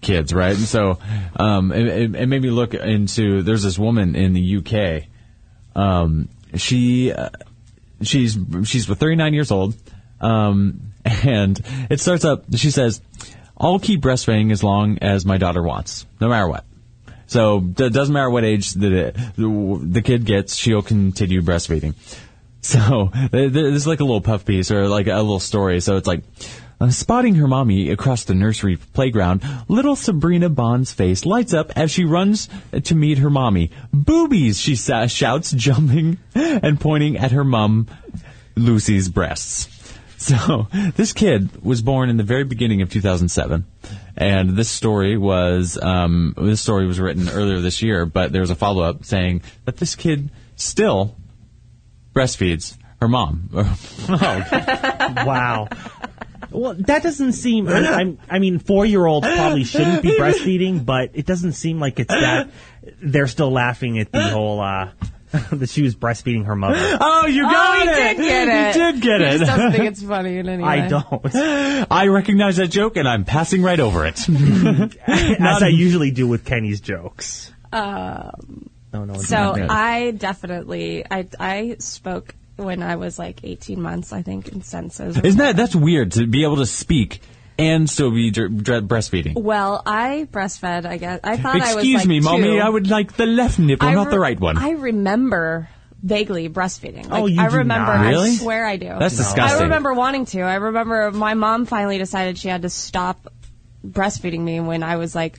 Speaker 1: kids, right? And so um, it, it, it made me look into. There's this woman in the UK. Um, she uh, she's she's 39 years old, um, and it starts up. She says, "I'll keep breastfeeding as long as my daughter wants, no matter what." So it doesn't matter what age the, the the kid gets, she'll continue breastfeeding. So th- th- this is like a little puff piece or like a little story. So it's like uh, spotting her mommy across the nursery playground. Little Sabrina Bond's face lights up as she runs to meet her mommy. Boobies! She sa- shouts, jumping and pointing at her mum, Lucy's breasts. So this kid was born in the very beginning of 2007, and this story was um, this story was written earlier this year, but there was a follow up saying that this kid still breastfeeds her mom.
Speaker 5: Wow. Well, that doesn't seem. I, I'm, I mean, four-year-olds probably shouldn't be breastfeeding, but it doesn't seem like it's that. They're still laughing at the whole uh, that she was breastfeeding her mother.
Speaker 1: oh, you
Speaker 4: oh, he did get it.
Speaker 1: You did get
Speaker 4: He just
Speaker 1: it.
Speaker 4: doesn't think it's funny in any way.
Speaker 5: I don't,
Speaker 1: I recognize that joke, and I'm passing right over it.
Speaker 5: as I usually do with Kenny's jokes. Um, no, no.
Speaker 4: So
Speaker 1: Not bad.
Speaker 4: I definitely I I spoke when I was like 18 months, I think, in senses.
Speaker 1: Isn't that that's weird to be able to speak and still be dr- dr- breastfeeding?
Speaker 4: Well, I breastfed. I guess I thought I was.
Speaker 1: Excuse
Speaker 4: like,
Speaker 1: me, mommy.
Speaker 4: two.
Speaker 1: I would like the left nipple,
Speaker 4: I
Speaker 1: not the
Speaker 4: re-
Speaker 1: right one.
Speaker 4: I remember vaguely breastfeeding. Like,
Speaker 5: Oh, you
Speaker 4: I
Speaker 5: do
Speaker 4: remember.
Speaker 5: not.
Speaker 1: Really?
Speaker 4: I swear I do.
Speaker 1: That's disgusting.
Speaker 4: I remember wanting to. I remember my mom finally decided she had to stop breastfeeding me when I was like,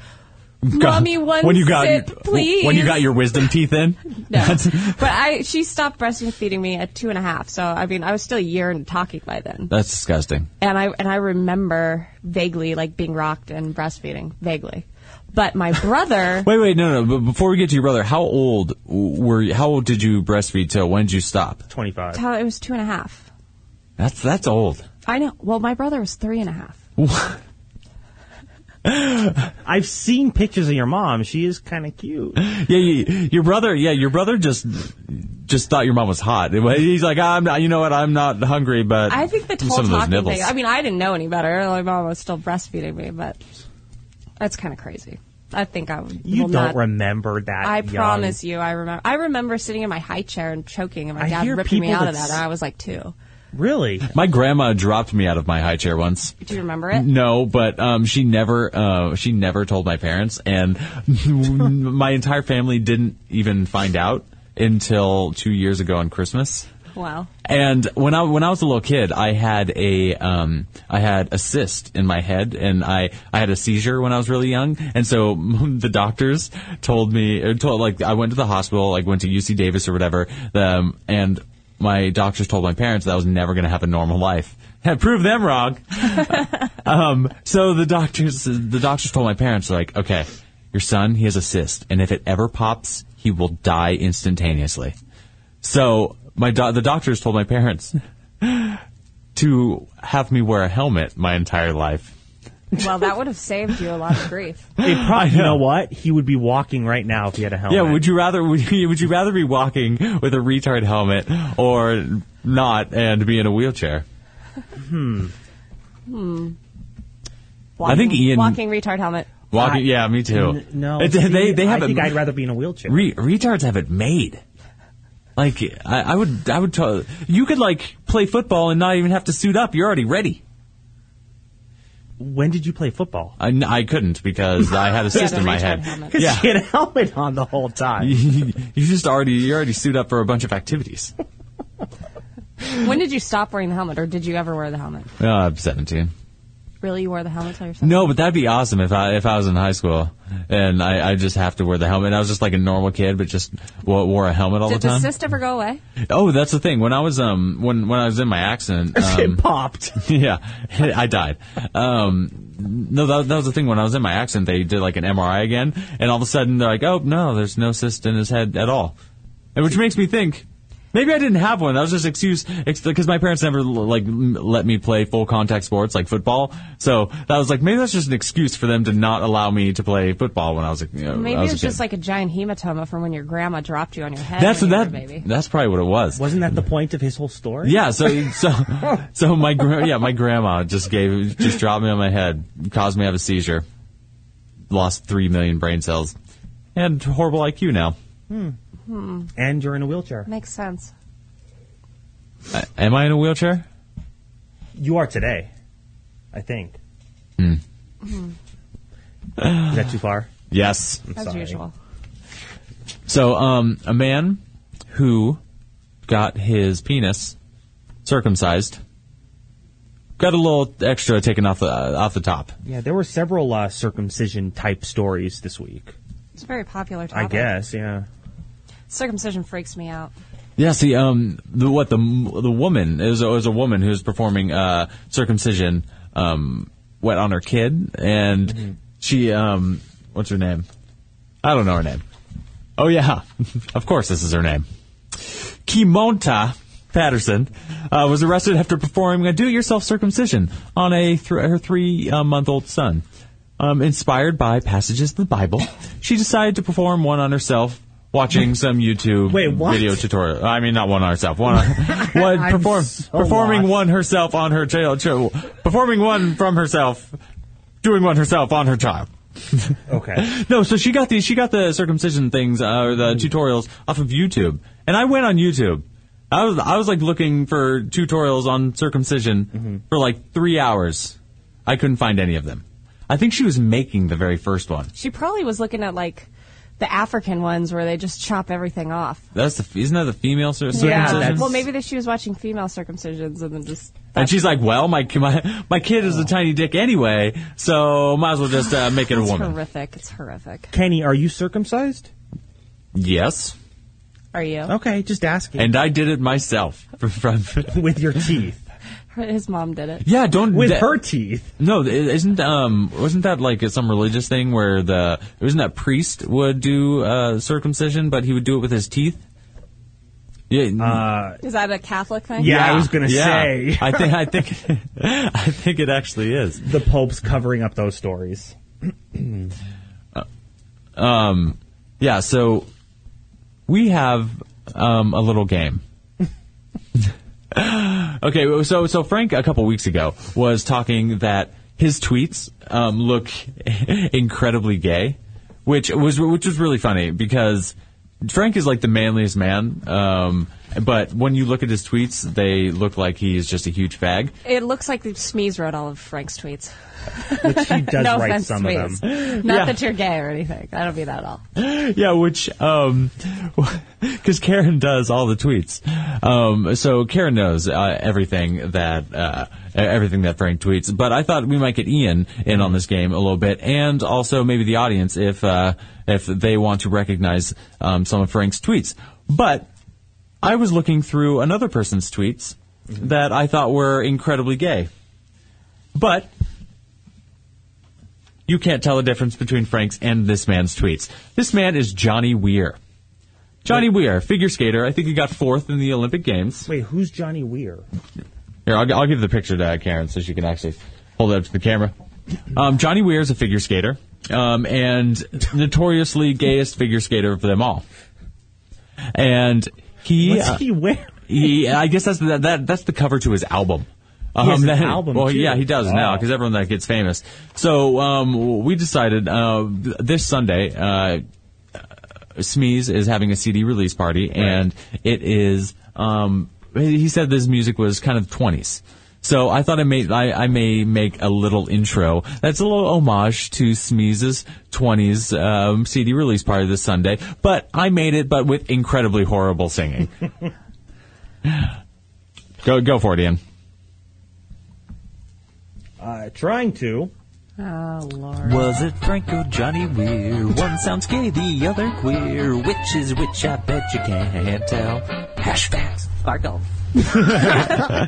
Speaker 1: God,
Speaker 4: "Mommy, one
Speaker 1: when you got
Speaker 4: sip, please."
Speaker 1: when you got your wisdom teeth in.
Speaker 4: No.
Speaker 1: That's-
Speaker 4: but I she stopped breastfeeding me at two and a half. So I mean, I was still a year into talking by then,
Speaker 1: That's disgusting.
Speaker 4: and I and I remember vaguely like being rocked and breastfeeding vaguely. But my brother,
Speaker 1: Wait, wait, no, no. But before we get to your brother, how old were? You, how old did you breastfeed till? When did you stop?
Speaker 5: Twenty-five.
Speaker 4: tell- it was two and a half.
Speaker 1: That's that's old.
Speaker 4: I know. Well, my brother was three and a half.
Speaker 5: I've seen pictures of your mom. She is kind of cute.
Speaker 1: Yeah, you, your brother. Yeah, your brother just just thought your mom was hot. He's like, I'm not. You know what? I'm not hungry, but
Speaker 4: I think the tall
Speaker 1: some of those
Speaker 4: talking
Speaker 1: nibbles.
Speaker 4: thing. I mean, I didn't know any better. My mom was still breastfeeding me, but that's kind of crazy. I think I would-
Speaker 5: You
Speaker 4: will
Speaker 5: don't
Speaker 4: not-
Speaker 5: remember that.
Speaker 4: I
Speaker 5: young.
Speaker 4: promise you, I remember. I remember sitting in my high chair and choking, and my
Speaker 5: I
Speaker 4: dad
Speaker 5: hear
Speaker 4: ripping me
Speaker 5: people
Speaker 4: out of
Speaker 5: that's-
Speaker 4: that. And I was like two.
Speaker 5: Really?
Speaker 1: my grandma dropped me out of my high chair once.
Speaker 4: Do you remember it?
Speaker 1: No, but um, she never uh, she never told my parents, and my entire family didn't even find out until two years ago on Christmas.
Speaker 4: Wow.
Speaker 1: And when I when I was a little kid, I had a um, I had a cyst in my head, and I, I had a seizure when I was really young. And so the doctors told me, or told like I went to the hospital, like went to UC Davis or whatever, um, and my doctors told my parents that I was never going to have a normal life. I proved them wrong. Um, so the doctors, the doctors told my parents, like, okay, your son, he has a cyst, and if it ever pops, he will die instantaneously. So my do- the doctors told my parents to have me wear a helmet my entire life.
Speaker 4: Well, that would have saved you a lot of grief.
Speaker 5: It probably, you know what? He would be walking right now if he had a helmet.
Speaker 1: Yeah, would you rather would you, would you rather be walking with a retard helmet or not and be in a wheelchair?
Speaker 4: Walking,
Speaker 1: think Ian-
Speaker 4: walking retard helmet.
Speaker 1: Walking,
Speaker 5: I-
Speaker 1: yeah, me too.
Speaker 5: N- no,
Speaker 1: It-
Speaker 5: see,
Speaker 1: they they have
Speaker 5: I
Speaker 1: it.
Speaker 5: think I'd rather be in a wheelchair.
Speaker 1: Re- retards have it made. Like I, I would, I would. T- you could like play football and not even have to suit up. You're already ready.
Speaker 5: when did you play football?
Speaker 1: I, n- I couldn't because I had a cyst
Speaker 4: the
Speaker 1: in my
Speaker 4: retard
Speaker 1: head.
Speaker 4: helmet.
Speaker 5: Because
Speaker 1: Yeah,
Speaker 5: she had a helmet on the whole time.
Speaker 1: you just already you already suit up for a bunch of activities.
Speaker 4: When did you stop wearing the helmet, or did you ever wear the helmet?
Speaker 1: Uh, I'm 17.
Speaker 4: Really, you wore the helmet till yourself?
Speaker 1: No, but that'd be awesome if I if I was in high school and I, I just have to wear the helmet. I was just like a normal kid, but just wo- wore a helmet all
Speaker 4: Did
Speaker 1: the
Speaker 4: the
Speaker 1: time.
Speaker 4: cyst ever go away?
Speaker 1: oh, that's the thing. When I was um when when I was in my accident, um,
Speaker 5: it popped.
Speaker 1: yeah, I died. Um, no, that, that was the thing. When I was in my accident, they did like an MRI again, and all of a sudden they're like, "Oh no, there's no cyst in his head at all," and which makes me think maybe I didn't have one. That was just excuse because my parents never like m- let me play full contact sports like football. So that was like maybe that's just an excuse for them to not allow me to play football when I was a you know,
Speaker 4: Maybe
Speaker 1: I was
Speaker 4: it's
Speaker 1: a kid.
Speaker 4: just like a giant hematoma from when your grandma dropped you on your head.
Speaker 1: that's
Speaker 4: when you were
Speaker 1: that
Speaker 4: a baby.
Speaker 1: that's probably what it was.
Speaker 5: Wasn't that the point of his whole story?
Speaker 1: Yeah, so so so my gra- yeah my grandma just gave just dropped me on my head, caused me to have a seizure, lost three million brain cells, and horrible IQ now.
Speaker 5: And you're in a wheelchair.
Speaker 4: Makes sense.
Speaker 1: I- am I in a wheelchair?
Speaker 5: You are today, I think.
Speaker 1: Hmm.
Speaker 5: Is that too far?
Speaker 1: Yes.
Speaker 4: Hmm. As
Speaker 5: Sorry.
Speaker 4: usual.
Speaker 1: So um, a man who got his penis circumcised got a little extra taken off the off the top.
Speaker 5: Yeah, there were several uh, circumcision type stories this week.
Speaker 4: It's a very popular topic.
Speaker 5: I guess, yeah.
Speaker 4: Circumcision freaks me out.
Speaker 1: Yeah, see, um, the what the the woman it was, it was a woman who was performing uh, circumcision, um, wet on her kid, and she um, what's her name? I don't know her name. Oh yeah, of course this is her name. Kimonta Patterson uh, was arrested after performing a do-it-yourself circumcision on a th- her three-month-old son. Um, inspired by passages of the Bible, she decided to perform one on herself, watching some YouTube
Speaker 5: Wait, what?
Speaker 1: video tutorial. I mean, not one on herself. One, on, one
Speaker 5: I'm
Speaker 1: perform,
Speaker 5: so
Speaker 1: performing
Speaker 5: lost.
Speaker 1: one herself on her child. child- Performing one from herself, doing one herself on her child.
Speaker 5: Okay.
Speaker 1: No, so she got the she got the circumcision things uh, or
Speaker 5: Hmm.
Speaker 1: the tutorials off of YouTube, and I went on YouTube. I was I was like looking for tutorials on circumcision
Speaker 5: Mm-hmm.
Speaker 1: for like three hours. I couldn't find any of them. I think she was making the very first one.
Speaker 4: She probably was looking at like the African ones where they just chop everything off.
Speaker 1: That's the isn't that the female cir-
Speaker 5: Yeah,
Speaker 1: circumcision?
Speaker 5: that's-
Speaker 4: Well, maybe that she was watching female circumcisions and then just.
Speaker 1: and she's like, "Well, my my my kid
Speaker 5: Oh.
Speaker 1: is a tiny dick anyway, so might as well just uh, make it a
Speaker 4: It's
Speaker 1: woman."
Speaker 4: horrific. It's horrific.
Speaker 5: Kenny, are you circumcised?
Speaker 1: Yes,
Speaker 4: Are you?
Speaker 5: Okay, just asking.
Speaker 1: and I did it myself. From, from
Speaker 5: with your teeth.
Speaker 4: Her- His mom did it.
Speaker 1: yeah, don't
Speaker 5: With
Speaker 1: that-
Speaker 5: her teeth.
Speaker 1: No, th- isn't um wasn't that like some religious thing where the wasn't that priest would do uh, circumcision, but he would do it with his teeth? Yeah,
Speaker 4: Is that a Catholic thing?
Speaker 5: Uh, Yeah. I was gonna say.
Speaker 1: I think I think I think it actually is.
Speaker 5: The Pope's covering up those stories.
Speaker 1: Um, Yeah, so we have um, a little game. okay, so so Frank a couple weeks ago was talking that his tweets um, look incredibly gay, which was which was really funny because Frank is like the manliest man, um, but when you look at his tweets, they look like he's just a huge fag.
Speaker 4: It looks like the Smeeze wrote all of Frank's tweets.
Speaker 5: Which he does
Speaker 4: no
Speaker 5: write
Speaker 4: offense,
Speaker 5: some of
Speaker 4: Smeeze.
Speaker 5: them.
Speaker 4: Not
Speaker 1: Yeah.
Speaker 4: that you're gay or anything. I don't mean that at all.
Speaker 1: yeah, which um, because Karen does all the tweets. Um, so Karen knows uh, everything that uh, everything that Frank tweets. But I thought we might get Ian in on this game a little bit, and also maybe the audience if uh, if they want to recognize um, some of Frank's tweets. But I was looking through another Mm-hmm. person's tweets that I thought were incredibly gay, but You can't tell the difference between Frank's and this man's tweets. This man is Johnny Weir. Johnny Weir, figure skater. I think he got fourth in the Olympic Games.
Speaker 5: Wait, who's Johnny Weir?
Speaker 1: Here, I'll, I'll give the picture to Karen so she can actually hold it up to the camera. Um, Johnny Weir is a figure skater um, and notoriously gayest figure skater of them all. And he,
Speaker 5: What's
Speaker 1: uh,
Speaker 5: he wear?
Speaker 1: he- I guess that's the, that, that's the cover to his album. Um,
Speaker 5: has an
Speaker 1: that-
Speaker 5: album,
Speaker 1: Well,
Speaker 5: too. Oh.
Speaker 1: yeah, he does now because everyone that gets famous. So um, we decided uh, th- this Sunday. Uh, Smeeze is having a CD release party, and it is. Um, he said this music was kind of twenties. So I thought I may I, I may make a little intro that's a little homage to Smeeze's 20s um, CD release party this Sunday, but I made it but with incredibly horrible singing. go go for it, Ian.
Speaker 5: Uh, trying to.
Speaker 4: Oh, Lord.
Speaker 7: Was it Frank or Johnny Weir? One sounds gay, the other queer. Which is which? I bet you can't tell. Hash facts. Fargo.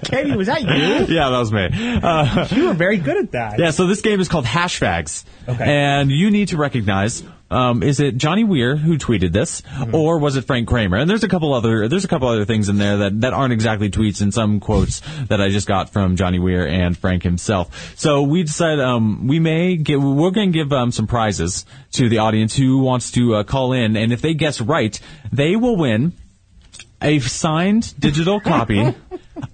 Speaker 5: Katie, was that you?
Speaker 1: Yeah, that was me. Uh,
Speaker 5: You were very good at that.
Speaker 1: Yeah, so this game is called Hashfags.
Speaker 5: Okay.
Speaker 1: And you need to recognize um, is it Johnny Weir who tweeted this, or was it Frank Kramer? And there's a couple other there's a couple other things in there that, that aren't exactly tweets and some quotes that I just got from Johnny Weir and Frank himself. So we decided um, we may get we're going to give um, some prizes to the audience who wants to uh, call in, and if they guess right, they will win a signed digital copy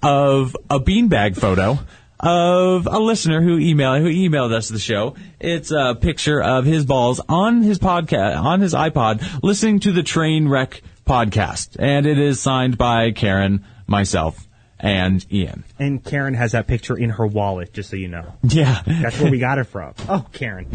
Speaker 1: of a beanbag photo of a listener who emailed who emailed us the show. It's a picture of his balls on his podcast on his iPod listening to the train wreck podcast, and it is signed by Karen, myself, and Ian.
Speaker 5: And Karen has that picture in her wallet, just so you know.
Speaker 1: Yeah.
Speaker 5: That's where we got it from. Oh, Karen.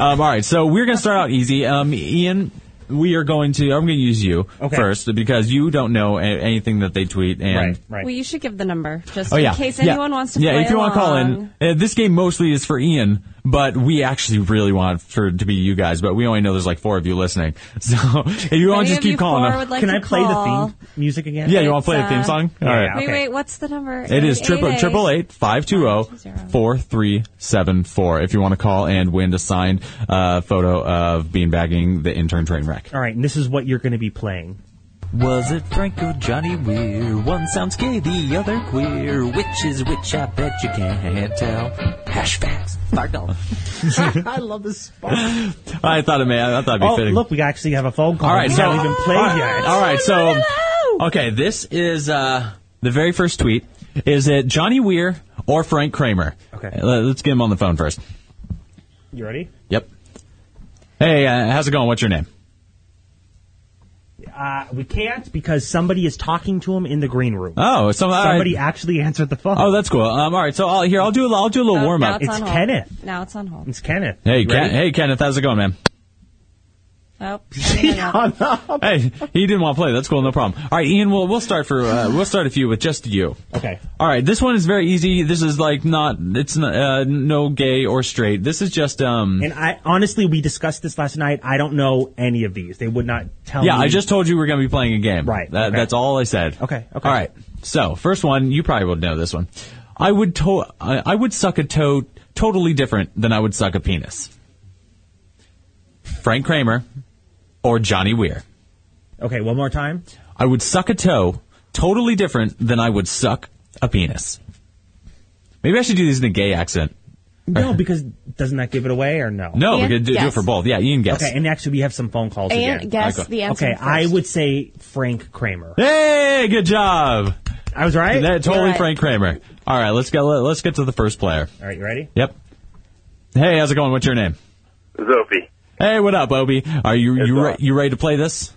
Speaker 1: Um, all right, so we're gonna start out easy. Um, Ian. We are going to. I'm going to use you
Speaker 5: Okay.
Speaker 1: first because you don't know a- anything that they tweet, and
Speaker 5: Right, right.
Speaker 4: Well, you should give the number just
Speaker 1: Oh yeah.
Speaker 4: in case
Speaker 1: Yeah.
Speaker 4: anyone wants to
Speaker 1: Yeah,
Speaker 4: play
Speaker 1: if you
Speaker 4: along.
Speaker 1: want to call in, uh, this game mostly is for Ian, but we actually really want for to be you guys. But we only know there's like four of you listening, so if you want
Speaker 4: Any
Speaker 1: to just
Speaker 4: of
Speaker 1: keep
Speaker 4: you
Speaker 1: calling,
Speaker 4: four
Speaker 1: uh,
Speaker 4: would like
Speaker 5: Can
Speaker 4: to
Speaker 5: I play
Speaker 4: call.
Speaker 5: the theme music again?
Speaker 1: yeah, you want to play
Speaker 4: It's,
Speaker 1: the theme
Speaker 4: uh,
Speaker 1: song? All
Speaker 5: yeah,
Speaker 1: right.
Speaker 5: yeah.
Speaker 4: Wait,
Speaker 5: Okay.
Speaker 4: wait, what's the number?
Speaker 1: It is triple triple eight five two zero four three seven four. If you want to call and win a signed uh, photo of beanbagging the intern train wreck.
Speaker 5: All right, and this is what you're going to be playing.
Speaker 7: Was it Frank or Johnny Weir? One sounds gay, the other queer. Which is which? I bet you can't tell. Hash facts. Fargo.
Speaker 5: I love this spot.
Speaker 1: I thought it may. I thought it'd be
Speaker 5: Oh,
Speaker 1: fitting.
Speaker 5: look, we actually have a phone call.
Speaker 1: All right,
Speaker 5: we
Speaker 1: so
Speaker 5: haven't even
Speaker 4: Oh,
Speaker 5: played
Speaker 1: all right,
Speaker 5: yet.
Speaker 1: All right, so uh, okay, this is uh, the very first tweet. Is it Johnny Weir or Frank Kramer?
Speaker 5: Okay.
Speaker 1: Uh, let- let's get him on the phone first.
Speaker 5: You ready?
Speaker 1: Yep. Hey, uh, how's it going? What's your name?
Speaker 5: Uh, we can't because somebody is talking to him in the green room.
Speaker 1: Oh, some, all right.
Speaker 5: somebody actually answered the phone.
Speaker 1: Oh, that's cool. Um, all right, so I'll, here I'll do a, I'll do a little
Speaker 4: Oh,
Speaker 1: warm
Speaker 4: now
Speaker 1: up.
Speaker 5: It's
Speaker 4: on hold.
Speaker 5: Kenneth.
Speaker 4: Now it's on hold.
Speaker 5: it's Kenneth.
Speaker 1: Hey,
Speaker 5: You
Speaker 1: Ken,
Speaker 5: ready?
Speaker 1: hey Kenneth, how's it going, man?
Speaker 4: Nope. Hang on.
Speaker 1: Hey, he didn't want to play. That's cool, no problem. All right, Ian, we'll we'll start for uh, we'll start a few with just you.
Speaker 5: Okay.
Speaker 1: All right, this one is very easy. This is like not it's not, uh, no gay or straight. This is just um
Speaker 5: And I honestly, we discussed this last night. I don't know any of these. They would not tell
Speaker 1: Yeah,
Speaker 5: me.
Speaker 1: I just told you we are going to be playing a game.
Speaker 5: Right,
Speaker 1: That,
Speaker 5: okay.
Speaker 1: That's all I said.
Speaker 5: Okay, okay.
Speaker 1: All right. So first one, you probably would know this one. I would to- I, I would suck a toe totally different than I would suck a penis. Frank Kramer or Johnny Weir.
Speaker 5: Okay, one more time.
Speaker 1: I would suck a toe totally different than I would suck a penis. Maybe I should do these in a gay accent.
Speaker 5: No, because doesn't that give it away or no?
Speaker 1: No,
Speaker 4: Ian,
Speaker 1: we could do, do it
Speaker 4: guess.
Speaker 1: for both. Yeah, Ian guess.
Speaker 5: Okay, and actually, we have some phone calls again.
Speaker 4: And guess
Speaker 1: Okay.
Speaker 4: the answer.
Speaker 5: okay,
Speaker 4: first.
Speaker 5: I would say Frank Kramer.
Speaker 1: Hey, good job.
Speaker 5: I was right.
Speaker 1: That, totally
Speaker 4: You're right.
Speaker 1: Frank Kramer. All right, let's go. Let's get to the first player.
Speaker 5: All right, you ready?
Speaker 1: Yep. Hey, how's it going? What's your name?
Speaker 6: Zopi.
Speaker 1: Hey, what up, Obi? Are you
Speaker 6: It's
Speaker 1: you re-
Speaker 6: Rob.
Speaker 1: you ready to play this?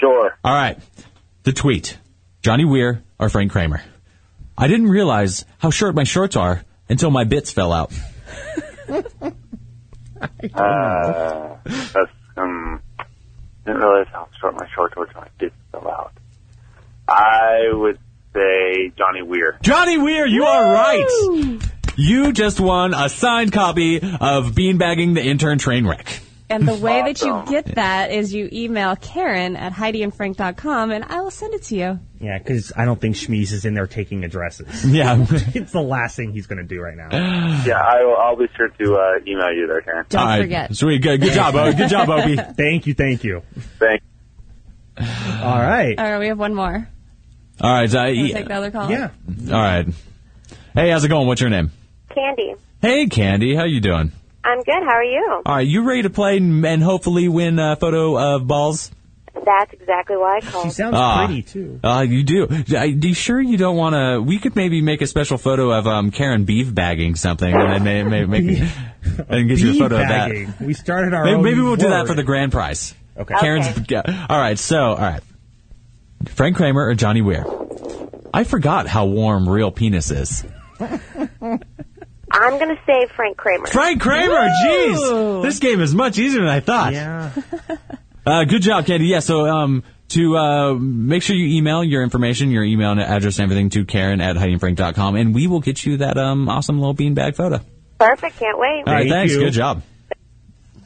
Speaker 6: Sure.
Speaker 1: All right. The tweet: Johnny Weir or Frank Kramer. I didn't realize how short my shorts are until my bits fell out.
Speaker 6: That's, um, didn't realize how short my shorts were until I did spell out. I would say Johnny Weir.
Speaker 1: Johnny Weir, you are right. You just won a signed copy of Beanbagging the Intern Trainwreck.
Speaker 4: And the way that you
Speaker 6: Awesome.
Speaker 4: get that is you email Karen at HeidiandFrank.com, and I will send it to you.
Speaker 5: Yeah, because I don't think Schmies is in there taking addresses.
Speaker 1: Yeah.
Speaker 5: it's the last thing he's going to do right now.
Speaker 8: Yeah, I will, I'll be sure to uh, email you there, Karen.
Speaker 4: Don't
Speaker 1: All right.
Speaker 4: forget.
Speaker 1: Sweet. Good, good job, Obi. Good job, Obi.
Speaker 5: thank you, thank you.
Speaker 8: Thanks.
Speaker 5: All right.
Speaker 4: All right, we have one more.
Speaker 1: All right. Uh,
Speaker 4: We'll
Speaker 1: yeah.
Speaker 4: take the other call.
Speaker 5: yeah.
Speaker 1: All right. Hey, how's it going? What's your name?
Speaker 9: Candy.
Speaker 1: Hey, Candy. How you doing?
Speaker 9: I'm good. How are you?
Speaker 1: All right. You ready to play and, and hopefully win a photo of balls?
Speaker 9: That's exactly why I
Speaker 5: She
Speaker 9: called.
Speaker 5: sounds
Speaker 1: Ah.
Speaker 5: pretty, too.
Speaker 1: Uh, you do. Are you sure you don't want to? We could maybe make a special photo of um, Karen beef bagging something, and then may, may, make, and get you a photo of
Speaker 5: Beanbagging. We started our
Speaker 1: that. Maybe,
Speaker 5: own
Speaker 1: maybe we'll do that
Speaker 5: word.
Speaker 1: for the grand prize.
Speaker 5: Okay.
Speaker 1: Karen's. yeah. All right. So, all right. Frank Kramer or Johnny Weir? I forgot how warm real penis is.
Speaker 9: I'm going to say Frank Kramer.
Speaker 1: Frank Kramer, jeez, this game is much easier than I thought.
Speaker 5: Yeah.
Speaker 1: Uh, good job, Candy. Yeah, so um, to uh, make sure you email your information, your email and address and everything to Karen at HeidiandFrank.com, and we will get you that um, awesome little beanbag photo.
Speaker 9: Perfect. Can't wait.
Speaker 1: All right,
Speaker 5: Thank
Speaker 1: thanks.
Speaker 5: you.
Speaker 1: Good job.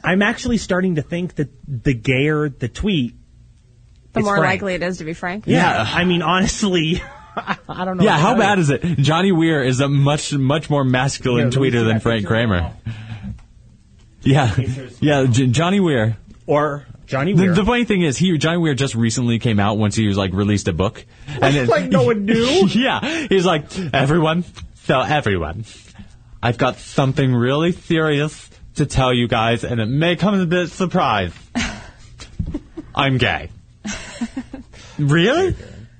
Speaker 5: I'm actually starting to think that the gayer the tweet,
Speaker 4: The
Speaker 5: It's
Speaker 4: more
Speaker 5: Frank.
Speaker 4: likely it is to be Frank.
Speaker 5: Yeah, I mean, honestly, I don't know.
Speaker 1: Yeah, how bad is it? Johnny Weir is a much, much more masculine
Speaker 5: Yeah,
Speaker 1: tweeter than Frank Kramer. Yeah, yeah, J- Johnny Weir.
Speaker 5: Or Johnny
Speaker 1: The,
Speaker 5: Weir.
Speaker 1: the funny thing is, he Johnny Weir just recently came out once he was like released a book, and it-
Speaker 5: like no one knew.
Speaker 1: yeah, he's like everyone. So everyone, I've got something really serious to tell you guys, and it may come as a bit surprise. I'm gay. really?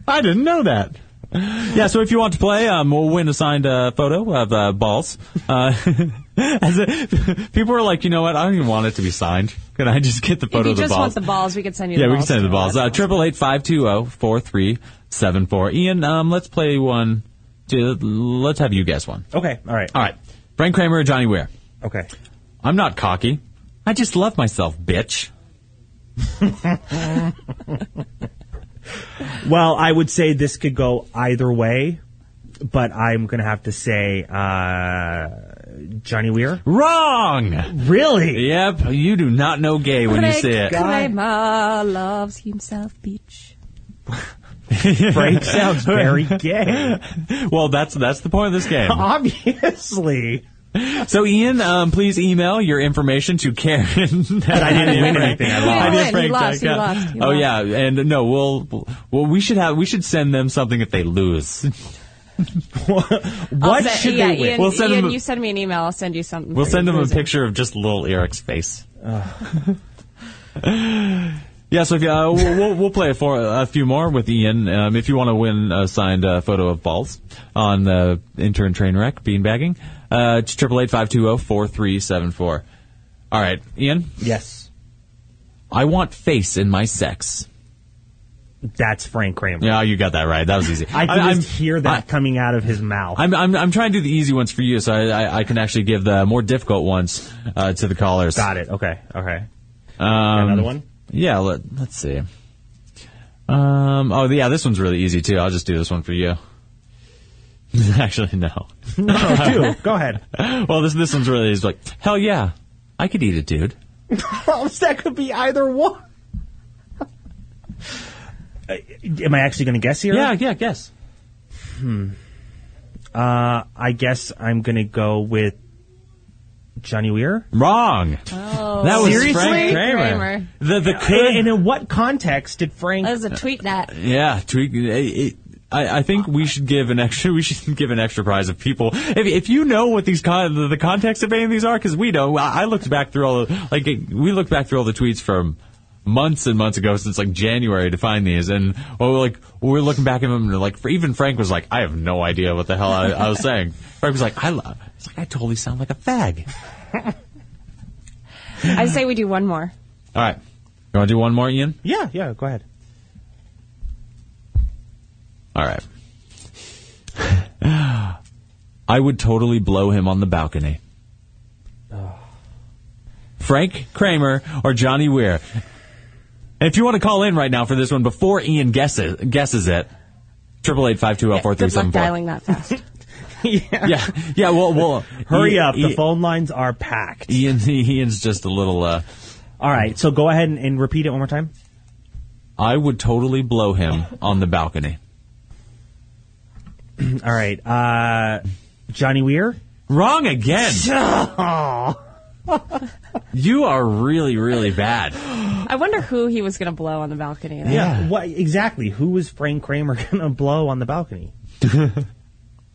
Speaker 1: I didn't know that. Yeah, so if you want to play, um, we'll win a signed uh, photo of uh, balls. Uh, as a, people are like, you know what? I don't even want it to be signed. Can I just get the
Speaker 4: If
Speaker 1: photo
Speaker 4: you
Speaker 1: of the
Speaker 4: just
Speaker 1: balls?
Speaker 4: want the balls, we can send you.
Speaker 1: yeah,
Speaker 4: the
Speaker 1: we can
Speaker 4: balls
Speaker 1: send you the
Speaker 4: too.
Speaker 1: balls. Uh,
Speaker 4: That's awesome.
Speaker 1: Triple eight five two zero four three seven four. Ian, um, let's play one. To, let's have you guess one.
Speaker 5: Okay, all right,
Speaker 1: All right, Frank Kramer or Johnny Weir?
Speaker 5: okay.
Speaker 1: I'm not cocky. I just love myself, bitch.
Speaker 5: Well, I would say this could go either way, but I'm gonna have to say uh, Johnny Weir.
Speaker 1: Wrong.
Speaker 5: Really?
Speaker 1: Yep, you do not know gay when you
Speaker 4: Frank
Speaker 1: see it.
Speaker 4: Kramer loves himself, beach.
Speaker 5: Frank sounds very gay.
Speaker 1: Well, that's that's the point of this game.
Speaker 5: Obviously.
Speaker 1: So, Ian, um, please email your information to Karen. I
Speaker 5: didn't win anything. I lost.
Speaker 4: He didn't win. He lost. He lost. He
Speaker 1: Oh
Speaker 4: lost.
Speaker 1: yeah, and no, we'll well we should have we should send them something if they lose.
Speaker 5: What
Speaker 4: I'll send-
Speaker 5: should
Speaker 4: yeah,
Speaker 5: they win?
Speaker 4: Ian,
Speaker 1: We'll send
Speaker 4: Ian,
Speaker 1: him a-
Speaker 4: you send me an email. I'll send you something.
Speaker 1: We'll
Speaker 4: for
Speaker 1: send
Speaker 4: you
Speaker 1: them a
Speaker 4: cruising.
Speaker 1: picture of just little Eric's face. yeah, so if you, uh, we'll, we'll, we'll play for a few more with Ian. Um, if you want to win a signed uh, photo of balls on uh, intern train wreck beanbagging, uh, it's triple eight five two zero four three seven four. All right, Ian.
Speaker 5: Yes,
Speaker 1: I want face in my sex.
Speaker 5: that's Frank Kramer.
Speaker 1: Yeah, you got that right. That was easy.
Speaker 5: I can
Speaker 1: I'm-
Speaker 5: just hear that coming out of his mouth.
Speaker 1: I'm, I'm, I'm trying to do the easy ones for you, so I, I, I can actually give the more difficult ones uh, to the callers.
Speaker 5: Got it. Okay. Okay.
Speaker 1: Um,
Speaker 5: Another one.
Speaker 1: Yeah, let, let's see. Um, oh, yeah, this one's really easy, too. I'll just do this one for you. Actually, no.
Speaker 5: No, do. Go ahead.
Speaker 1: Well, this this one's really easy. Like, hell yeah, I could eat a dude.
Speaker 5: that could be either one. Am I actually going to guess here?
Speaker 1: Yeah, yeah, guess.
Speaker 5: Uh, I guess I'm going to go with Johnny Weir.
Speaker 1: Wrong.
Speaker 4: Oh,
Speaker 1: That was
Speaker 5: Seriously?
Speaker 1: Frank Kramer.
Speaker 4: Kramer.
Speaker 1: The, the could.
Speaker 5: And, and in what context did Frank?
Speaker 4: That was a tweet that.
Speaker 1: Yeah, tweak. It, it, I, I think we should give an extra. We should give an extra prize of people. If, if you know what these con- the, the context of any of these are, because we don't. I, I looked back through all the like we looked back through all the tweets from months and months ago since like January to find these, and well, like we're looking back at them, and like for, even Frank was like, I have no idea what the hell I, I was saying. Frank was like, I, lo- it's like I totally sound like a fag.
Speaker 4: I say we do one more.
Speaker 1: All right, you want to do one more, Ian?
Speaker 5: yeah, yeah. Go ahead.
Speaker 1: All right. I would totally blow him on the balcony. Frank Kramer or Johnny Weir. And if you want to call in right now for this one before Ian guesses guesses it, triple eight five two zero four three
Speaker 4: Good
Speaker 1: seven
Speaker 4: luck
Speaker 1: four.
Speaker 4: dialing that fast.
Speaker 1: Yeah, yeah. Well, well.
Speaker 5: Hurry
Speaker 1: Ian-
Speaker 5: up. The
Speaker 1: Ian-
Speaker 5: phone lines are packed.
Speaker 1: Ian, Ian's just a little. Uh,
Speaker 5: All right, so go ahead and, and repeat it one more time.
Speaker 1: I would totally blow him on the balcony.
Speaker 5: All right, uh, Johnny Weir.
Speaker 1: Wrong again. you are really, really bad.
Speaker 4: I wonder who he was going to blow on the balcony. though.
Speaker 1: Yeah.
Speaker 5: What exactly? Who was Frank Kramer gonna blow on the balcony?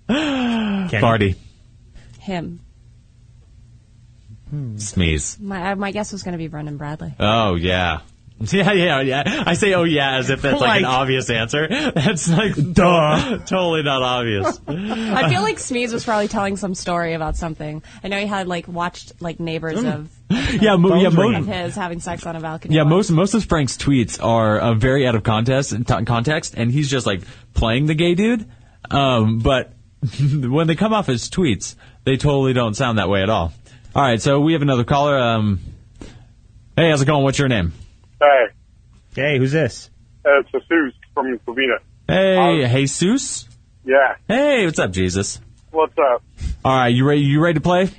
Speaker 5: Kenny?
Speaker 1: Party.
Speaker 4: Him.
Speaker 1: Sneeze.
Speaker 4: My, uh, my guess was going to be Brendan Bradley.
Speaker 1: Oh, yeah. Yeah, yeah, yeah. I say, oh, yeah, as if that's like, an
Speaker 5: Like-
Speaker 1: obvious answer. That's like,
Speaker 5: Duh.
Speaker 1: totally not obvious.
Speaker 4: I feel like Smeeze was probably telling some story about something. I know he had like watched like neighbors of,
Speaker 1: yeah, mo- yeah, mo-
Speaker 4: of his having sex on a balcony.
Speaker 1: Mm. yeah.
Speaker 4: once.
Speaker 1: Most most of Frank's tweets are uh, very out of contest t- context, and he's just like playing the gay dude. Um, but when they come off as tweets, they totally don't sound that way at all. All right, so we have another caller. Um, hey, how's it going? What's your name?
Speaker 6: Hey,
Speaker 5: Hey, who's this?
Speaker 6: it's Jesus from Covina.
Speaker 1: Hey, Jesus.
Speaker 6: Yeah,
Speaker 1: Hey, what's up, Jesus?
Speaker 6: what's up?
Speaker 1: All right, you ready? You ready to play?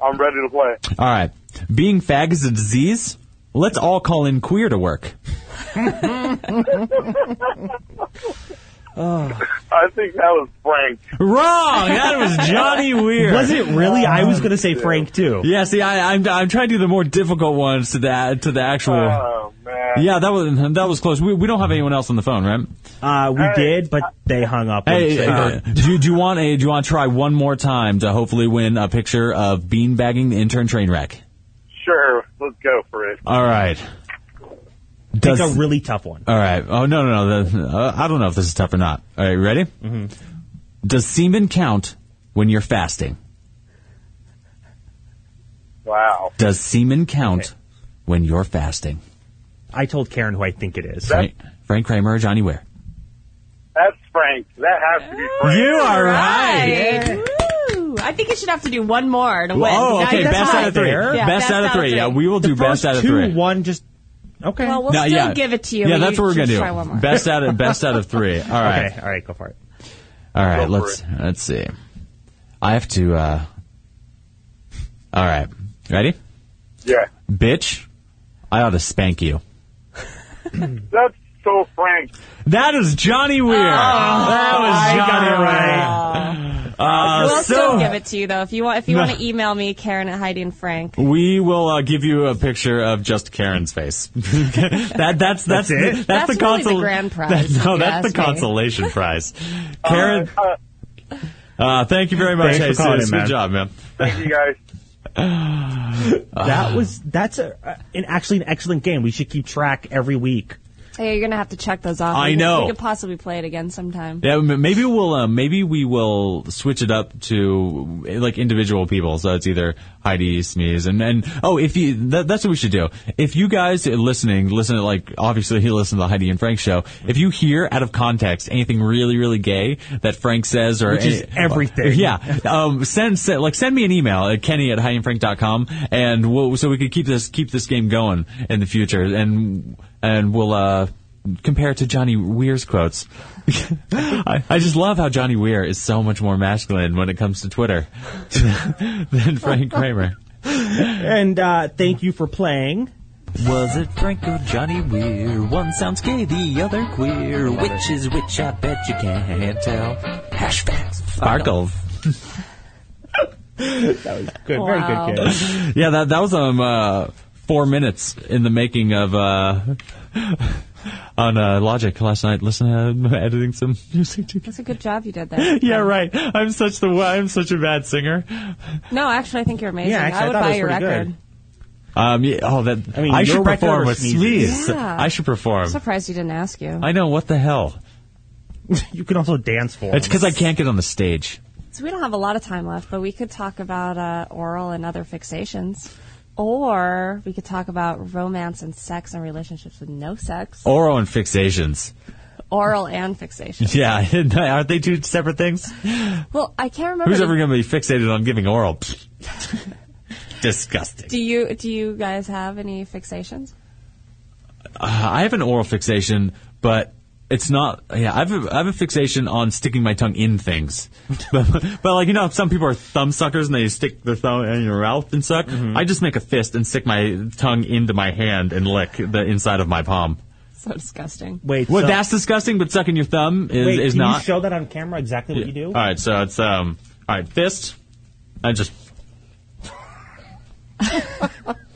Speaker 6: I'm ready to play.
Speaker 1: All right. Being fag is a disease. Let's all call in queer to work.
Speaker 6: I think that was Frank.
Speaker 1: Wrong. That was Johnny Weir.
Speaker 5: Was it really? I was gonna say Frank too.
Speaker 1: Yeah, see, I, I'm I'm trying to do the more difficult ones to the to the actual.
Speaker 6: Oh man.
Speaker 1: yeah, that was that was close. We, we don't have anyone else on the phone, right?
Speaker 5: Uh, we did, but they hung up. when
Speaker 1: Hey,
Speaker 5: they
Speaker 1: uh,
Speaker 5: heard-
Speaker 1: do, you- do you want a do you want to try one more time to hopefully win a picture of beanbagging the intern train wreck?
Speaker 6: Sure, let's go for it.
Speaker 1: All right.
Speaker 5: it's
Speaker 1: Does,
Speaker 5: a really tough one.
Speaker 1: all right. Oh no no no. The, uh, I don't know if this is tough or not. All right, you ready? Mm-hmm. Does semen count when you're fasting?
Speaker 6: Wow.
Speaker 1: Does semen count
Speaker 5: Okay.
Speaker 1: when you're fasting?
Speaker 5: I told Karen who I think it is.
Speaker 1: Frank, Frank Kramer or Johnny Ware?
Speaker 6: That's Frank. That has to be Frank.
Speaker 1: You are
Speaker 4: Woo. I think you should have to do one more to win.
Speaker 1: Oh,
Speaker 4: Now
Speaker 1: okay.
Speaker 4: you're
Speaker 1: Best
Speaker 4: tied.
Speaker 1: out of three.
Speaker 5: fair.
Speaker 4: Yeah,
Speaker 1: best, out of three. Yeah, we will do best
Speaker 5: First
Speaker 1: out of
Speaker 5: two,
Speaker 1: three.
Speaker 5: one just okay.
Speaker 4: Well, we'll
Speaker 1: No,
Speaker 4: still
Speaker 1: yeah.
Speaker 4: give it to you.
Speaker 1: yeah,
Speaker 4: but
Speaker 1: that's
Speaker 4: you
Speaker 1: what we're
Speaker 4: should
Speaker 1: gonna do.
Speaker 4: Try one more.
Speaker 1: Best out of best out of three. All right.
Speaker 5: okay, all right, go for it.
Speaker 1: All right.
Speaker 6: Go for
Speaker 1: let's
Speaker 6: it.
Speaker 1: let's see. I have to. uh All right. Ready?
Speaker 6: Yeah.
Speaker 1: Bitch, I ought to spank you.
Speaker 6: That's so Frank.
Speaker 1: That is Johnny Weir. that was Johnny Weir. Uh,
Speaker 4: We'll
Speaker 1: so-
Speaker 4: still give it to you though. If you want, if you want to email me, Karen at Heidi and Frank.
Speaker 1: We will uh, give you a picture of just Karen's face. that that's that's that's, that's,
Speaker 5: it?
Speaker 4: That's
Speaker 1: the
Speaker 4: really
Speaker 1: consol-
Speaker 4: the grand prize,
Speaker 1: that- no,
Speaker 4: if you
Speaker 1: that's the
Speaker 4: ask me.
Speaker 1: consolation prize. Karen,
Speaker 6: Uh,
Speaker 1: uh, thank you very much.
Speaker 5: Thanks
Speaker 1: Jesus.
Speaker 5: for calling in,
Speaker 1: Good
Speaker 5: man.
Speaker 1: job, man.
Speaker 6: thank you guys.
Speaker 1: Ah.
Speaker 5: That was that's a, uh, an actually an excellent game. We should keep track every week.
Speaker 4: Hey, you're gonna have to check those off.
Speaker 1: I
Speaker 4: We could-
Speaker 1: know.
Speaker 4: We could possibly play it again sometime.
Speaker 1: Yeah, m- maybe we'll uh, maybe we will switch it up to uh, like individual people. So it's either Heidi Smeeze and and oh, if you that, that's what we should do. If you guys are listening listen to like obviously he listened to the Heidi and Frank show. If you hear out of context anything really really gay that Frank says or
Speaker 5: Which is
Speaker 1: any-
Speaker 5: everything.
Speaker 1: yeah, um, send, send like send me an email at Kenny at highandfrank.com and we'll, so we can keep this keep this game going in the future and and we'll. uh compare it to Johnny Weir's quotes. I, I just love how Johnny Weir is so much more masculine when it comes to Twitter than Frank Kramer.
Speaker 5: And uh, thank you for playing.
Speaker 7: Was it Frank or Johnny Weir? One sounds gay, the other queer. Which is which? I bet you can't tell. Hash facts.
Speaker 1: Sparkle.
Speaker 5: Good,
Speaker 4: Wow.
Speaker 5: very good game.
Speaker 1: Yeah, that that was um uh, four minutes in the making of uh on uh, Logic last night. Listen, I'm editing some music. To-
Speaker 4: That's a good job you did there.
Speaker 1: yeah, right. I'm such the I'm such a bad singer.
Speaker 4: No, actually, I think you're amazing.
Speaker 5: Yeah, actually, I
Speaker 4: I would
Speaker 5: thought it
Speaker 4: buy
Speaker 5: was
Speaker 4: your
Speaker 5: pretty
Speaker 4: record.
Speaker 5: good.
Speaker 1: Um, yeah, oh that I,
Speaker 5: I mean, your
Speaker 1: should
Speaker 5: record
Speaker 1: perform
Speaker 5: or
Speaker 1: with
Speaker 5: Sneeze's?
Speaker 1: Sneeze.
Speaker 4: Yeah.
Speaker 1: I should perform.
Speaker 4: I'm surprised you didn't ask you.
Speaker 1: I know what the hell.
Speaker 5: You can also dance for.
Speaker 1: It's
Speaker 5: him.
Speaker 1: because I can't get on the stage.
Speaker 4: So we don't have a lot of time left, but we could talk about uh, oral and other fixations, or we could talk about romance and sex and relationships with no sex,
Speaker 1: Oral and fixations.
Speaker 4: oral and fixation.
Speaker 1: Yeah, aren't they two separate things?
Speaker 4: Well, I can't remember.
Speaker 1: Who's
Speaker 4: the-
Speaker 1: ever going to be fixated on giving oral? Pfft. Disgusting.
Speaker 4: Do you do you guys have any fixations?
Speaker 1: Uh, I have an oral fixation, but it's not. Yeah, I've a, I have a fixation on sticking my tongue in things, but, but like you know, some people are thumb suckers and they stick their thumb in your mouth and suck. I just make a fist and stick my tongue into my hand and lick the inside of my palm.
Speaker 4: So disgusting.
Speaker 5: Wait,
Speaker 1: Well,
Speaker 5: so,
Speaker 1: that's disgusting, but sucking your thumb is,
Speaker 5: wait,
Speaker 1: is
Speaker 5: can
Speaker 1: not.
Speaker 5: you show that on camera exactly what you do?
Speaker 1: All right, so it's um. All right, fist. I just.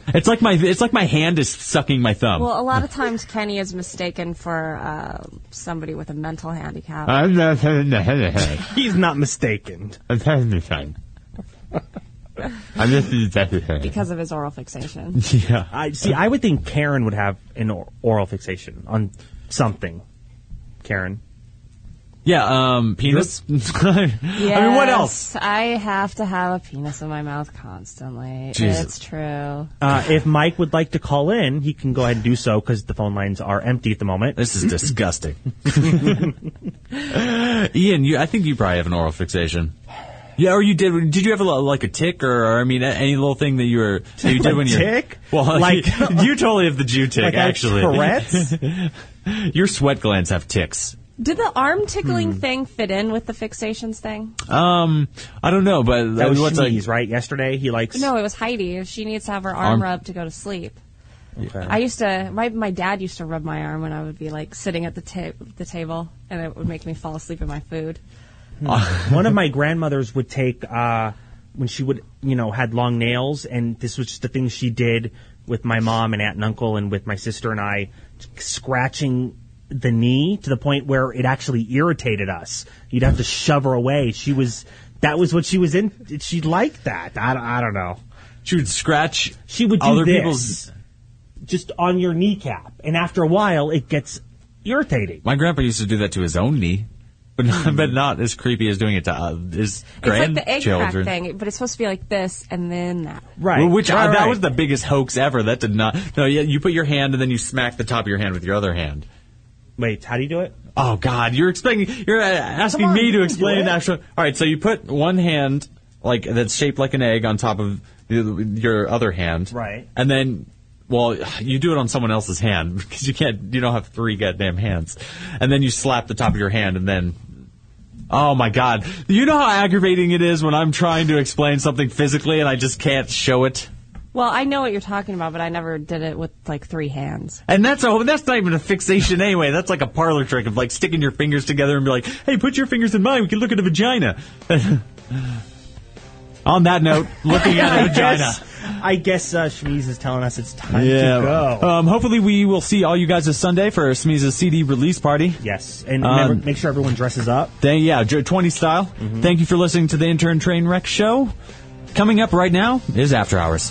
Speaker 1: it's like my it's like my hand is sucking my thumb.
Speaker 4: Well, a lot of times Kenny is mistaken for uh, somebody with a mental handicap.
Speaker 1: I'm not having the head ahead.
Speaker 5: He's not mistaken.
Speaker 1: I'm having the time. I'm just the
Speaker 4: because of his oral fixation.
Speaker 1: Yeah.
Speaker 5: I see. I would think Karen would have an or- oral fixation on something. Karen,
Speaker 1: Yeah, um, penis. I mean, what else?
Speaker 4: Yes, I have to have a penis in my mouth constantly.
Speaker 1: Jesus.
Speaker 4: It's true.
Speaker 5: uh, if Mike would like to call in, he can go ahead and do so because the phone lines are empty at the moment.
Speaker 1: This is disgusting. Ian, you, I think you probably have an oral fixation. Yeah, or you did. Did you have a, li- like a tick, or, or I mean, a- any little thing that you were that you did when you
Speaker 5: Tick?
Speaker 1: Well,
Speaker 5: Like-
Speaker 1: you, you totally have the Jew tick.
Speaker 5: Like I
Speaker 1: actually,
Speaker 5: Tourette's?
Speaker 1: your sweat glands have ticks.
Speaker 4: Did the arm tickling
Speaker 1: Hmm.
Speaker 4: thing fit in with the fixations thing?
Speaker 1: Um, I don't know, but
Speaker 5: That was
Speaker 1: what's
Speaker 5: Shanice, right? Yesterday, he likes.
Speaker 4: No, it was Heidi. She needs to have her
Speaker 1: Arm-
Speaker 4: arm, rubbed to go to sleep. I used to. My my dad used to rub my arm when I would be like sitting at the ta- the table, and it would make me fall asleep in my food.
Speaker 5: one of my grandmothers would take uh, when she would you know had long nails and this was just the thing she did with my mom and aunt and uncle and with my sister and i scratching the knee to the point where it actually irritated us you'd have to shove her away she was that was what she was in she liked that i, don't- I don't know
Speaker 1: she would scratch
Speaker 5: she would do
Speaker 1: other
Speaker 5: this
Speaker 1: people's.
Speaker 5: just on your kneecap and after a while it gets irritating
Speaker 1: My grandpa used to do that to his own knee, but
Speaker 5: Hmm.
Speaker 1: not, but not as creepy as doing it to uh, his
Speaker 4: It's like the egg
Speaker 1: grandchildren.
Speaker 4: crack thing, but it's supposed to be like this and then that.
Speaker 5: right
Speaker 1: Well, Which
Speaker 5: right,
Speaker 1: I, that
Speaker 5: right.
Speaker 1: was the biggest hoax ever. That did not. No, yeah, you put your hand and then you smack the top of your hand with your other hand.
Speaker 5: wait how do you do it
Speaker 1: Oh God, you're expecting you're uh, asking
Speaker 5: Come on,
Speaker 1: me
Speaker 5: you
Speaker 1: to
Speaker 5: can do
Speaker 1: explain
Speaker 5: it.
Speaker 1: actual. All right, so you put one hand like that's shaped like an egg on top of the, your other hand,
Speaker 5: Right.
Speaker 1: And then, well, you do it on someone else's hand because you can't. You don't have three goddamn hands. And then you slap the top of your hand, and then. Oh my God! You know how aggravating it is when I'm trying to explain something physically and I just can't show it.
Speaker 4: Well, I know what you're talking about, but I never did it with like three hands.
Speaker 1: And that's a that's not even a fixation anyway. That's like a parlor trick of like sticking your fingers together and be like, "Hey, put your fingers in mine. We can look at a vagina." On that note, looking at a vagina.
Speaker 5: Yes. I guess uh, Shmiz is telling us it's time to go.
Speaker 1: Um, hopefully, we will see all you guys this Sunday for Smeeze's CD release party.
Speaker 5: yes, and
Speaker 1: Um,
Speaker 5: remember, make sure everyone dresses up.
Speaker 1: Thank, yeah, Joe- 20 style. Thank you for listening to the Intern Train Wreck Show. Coming up right now is After Hours.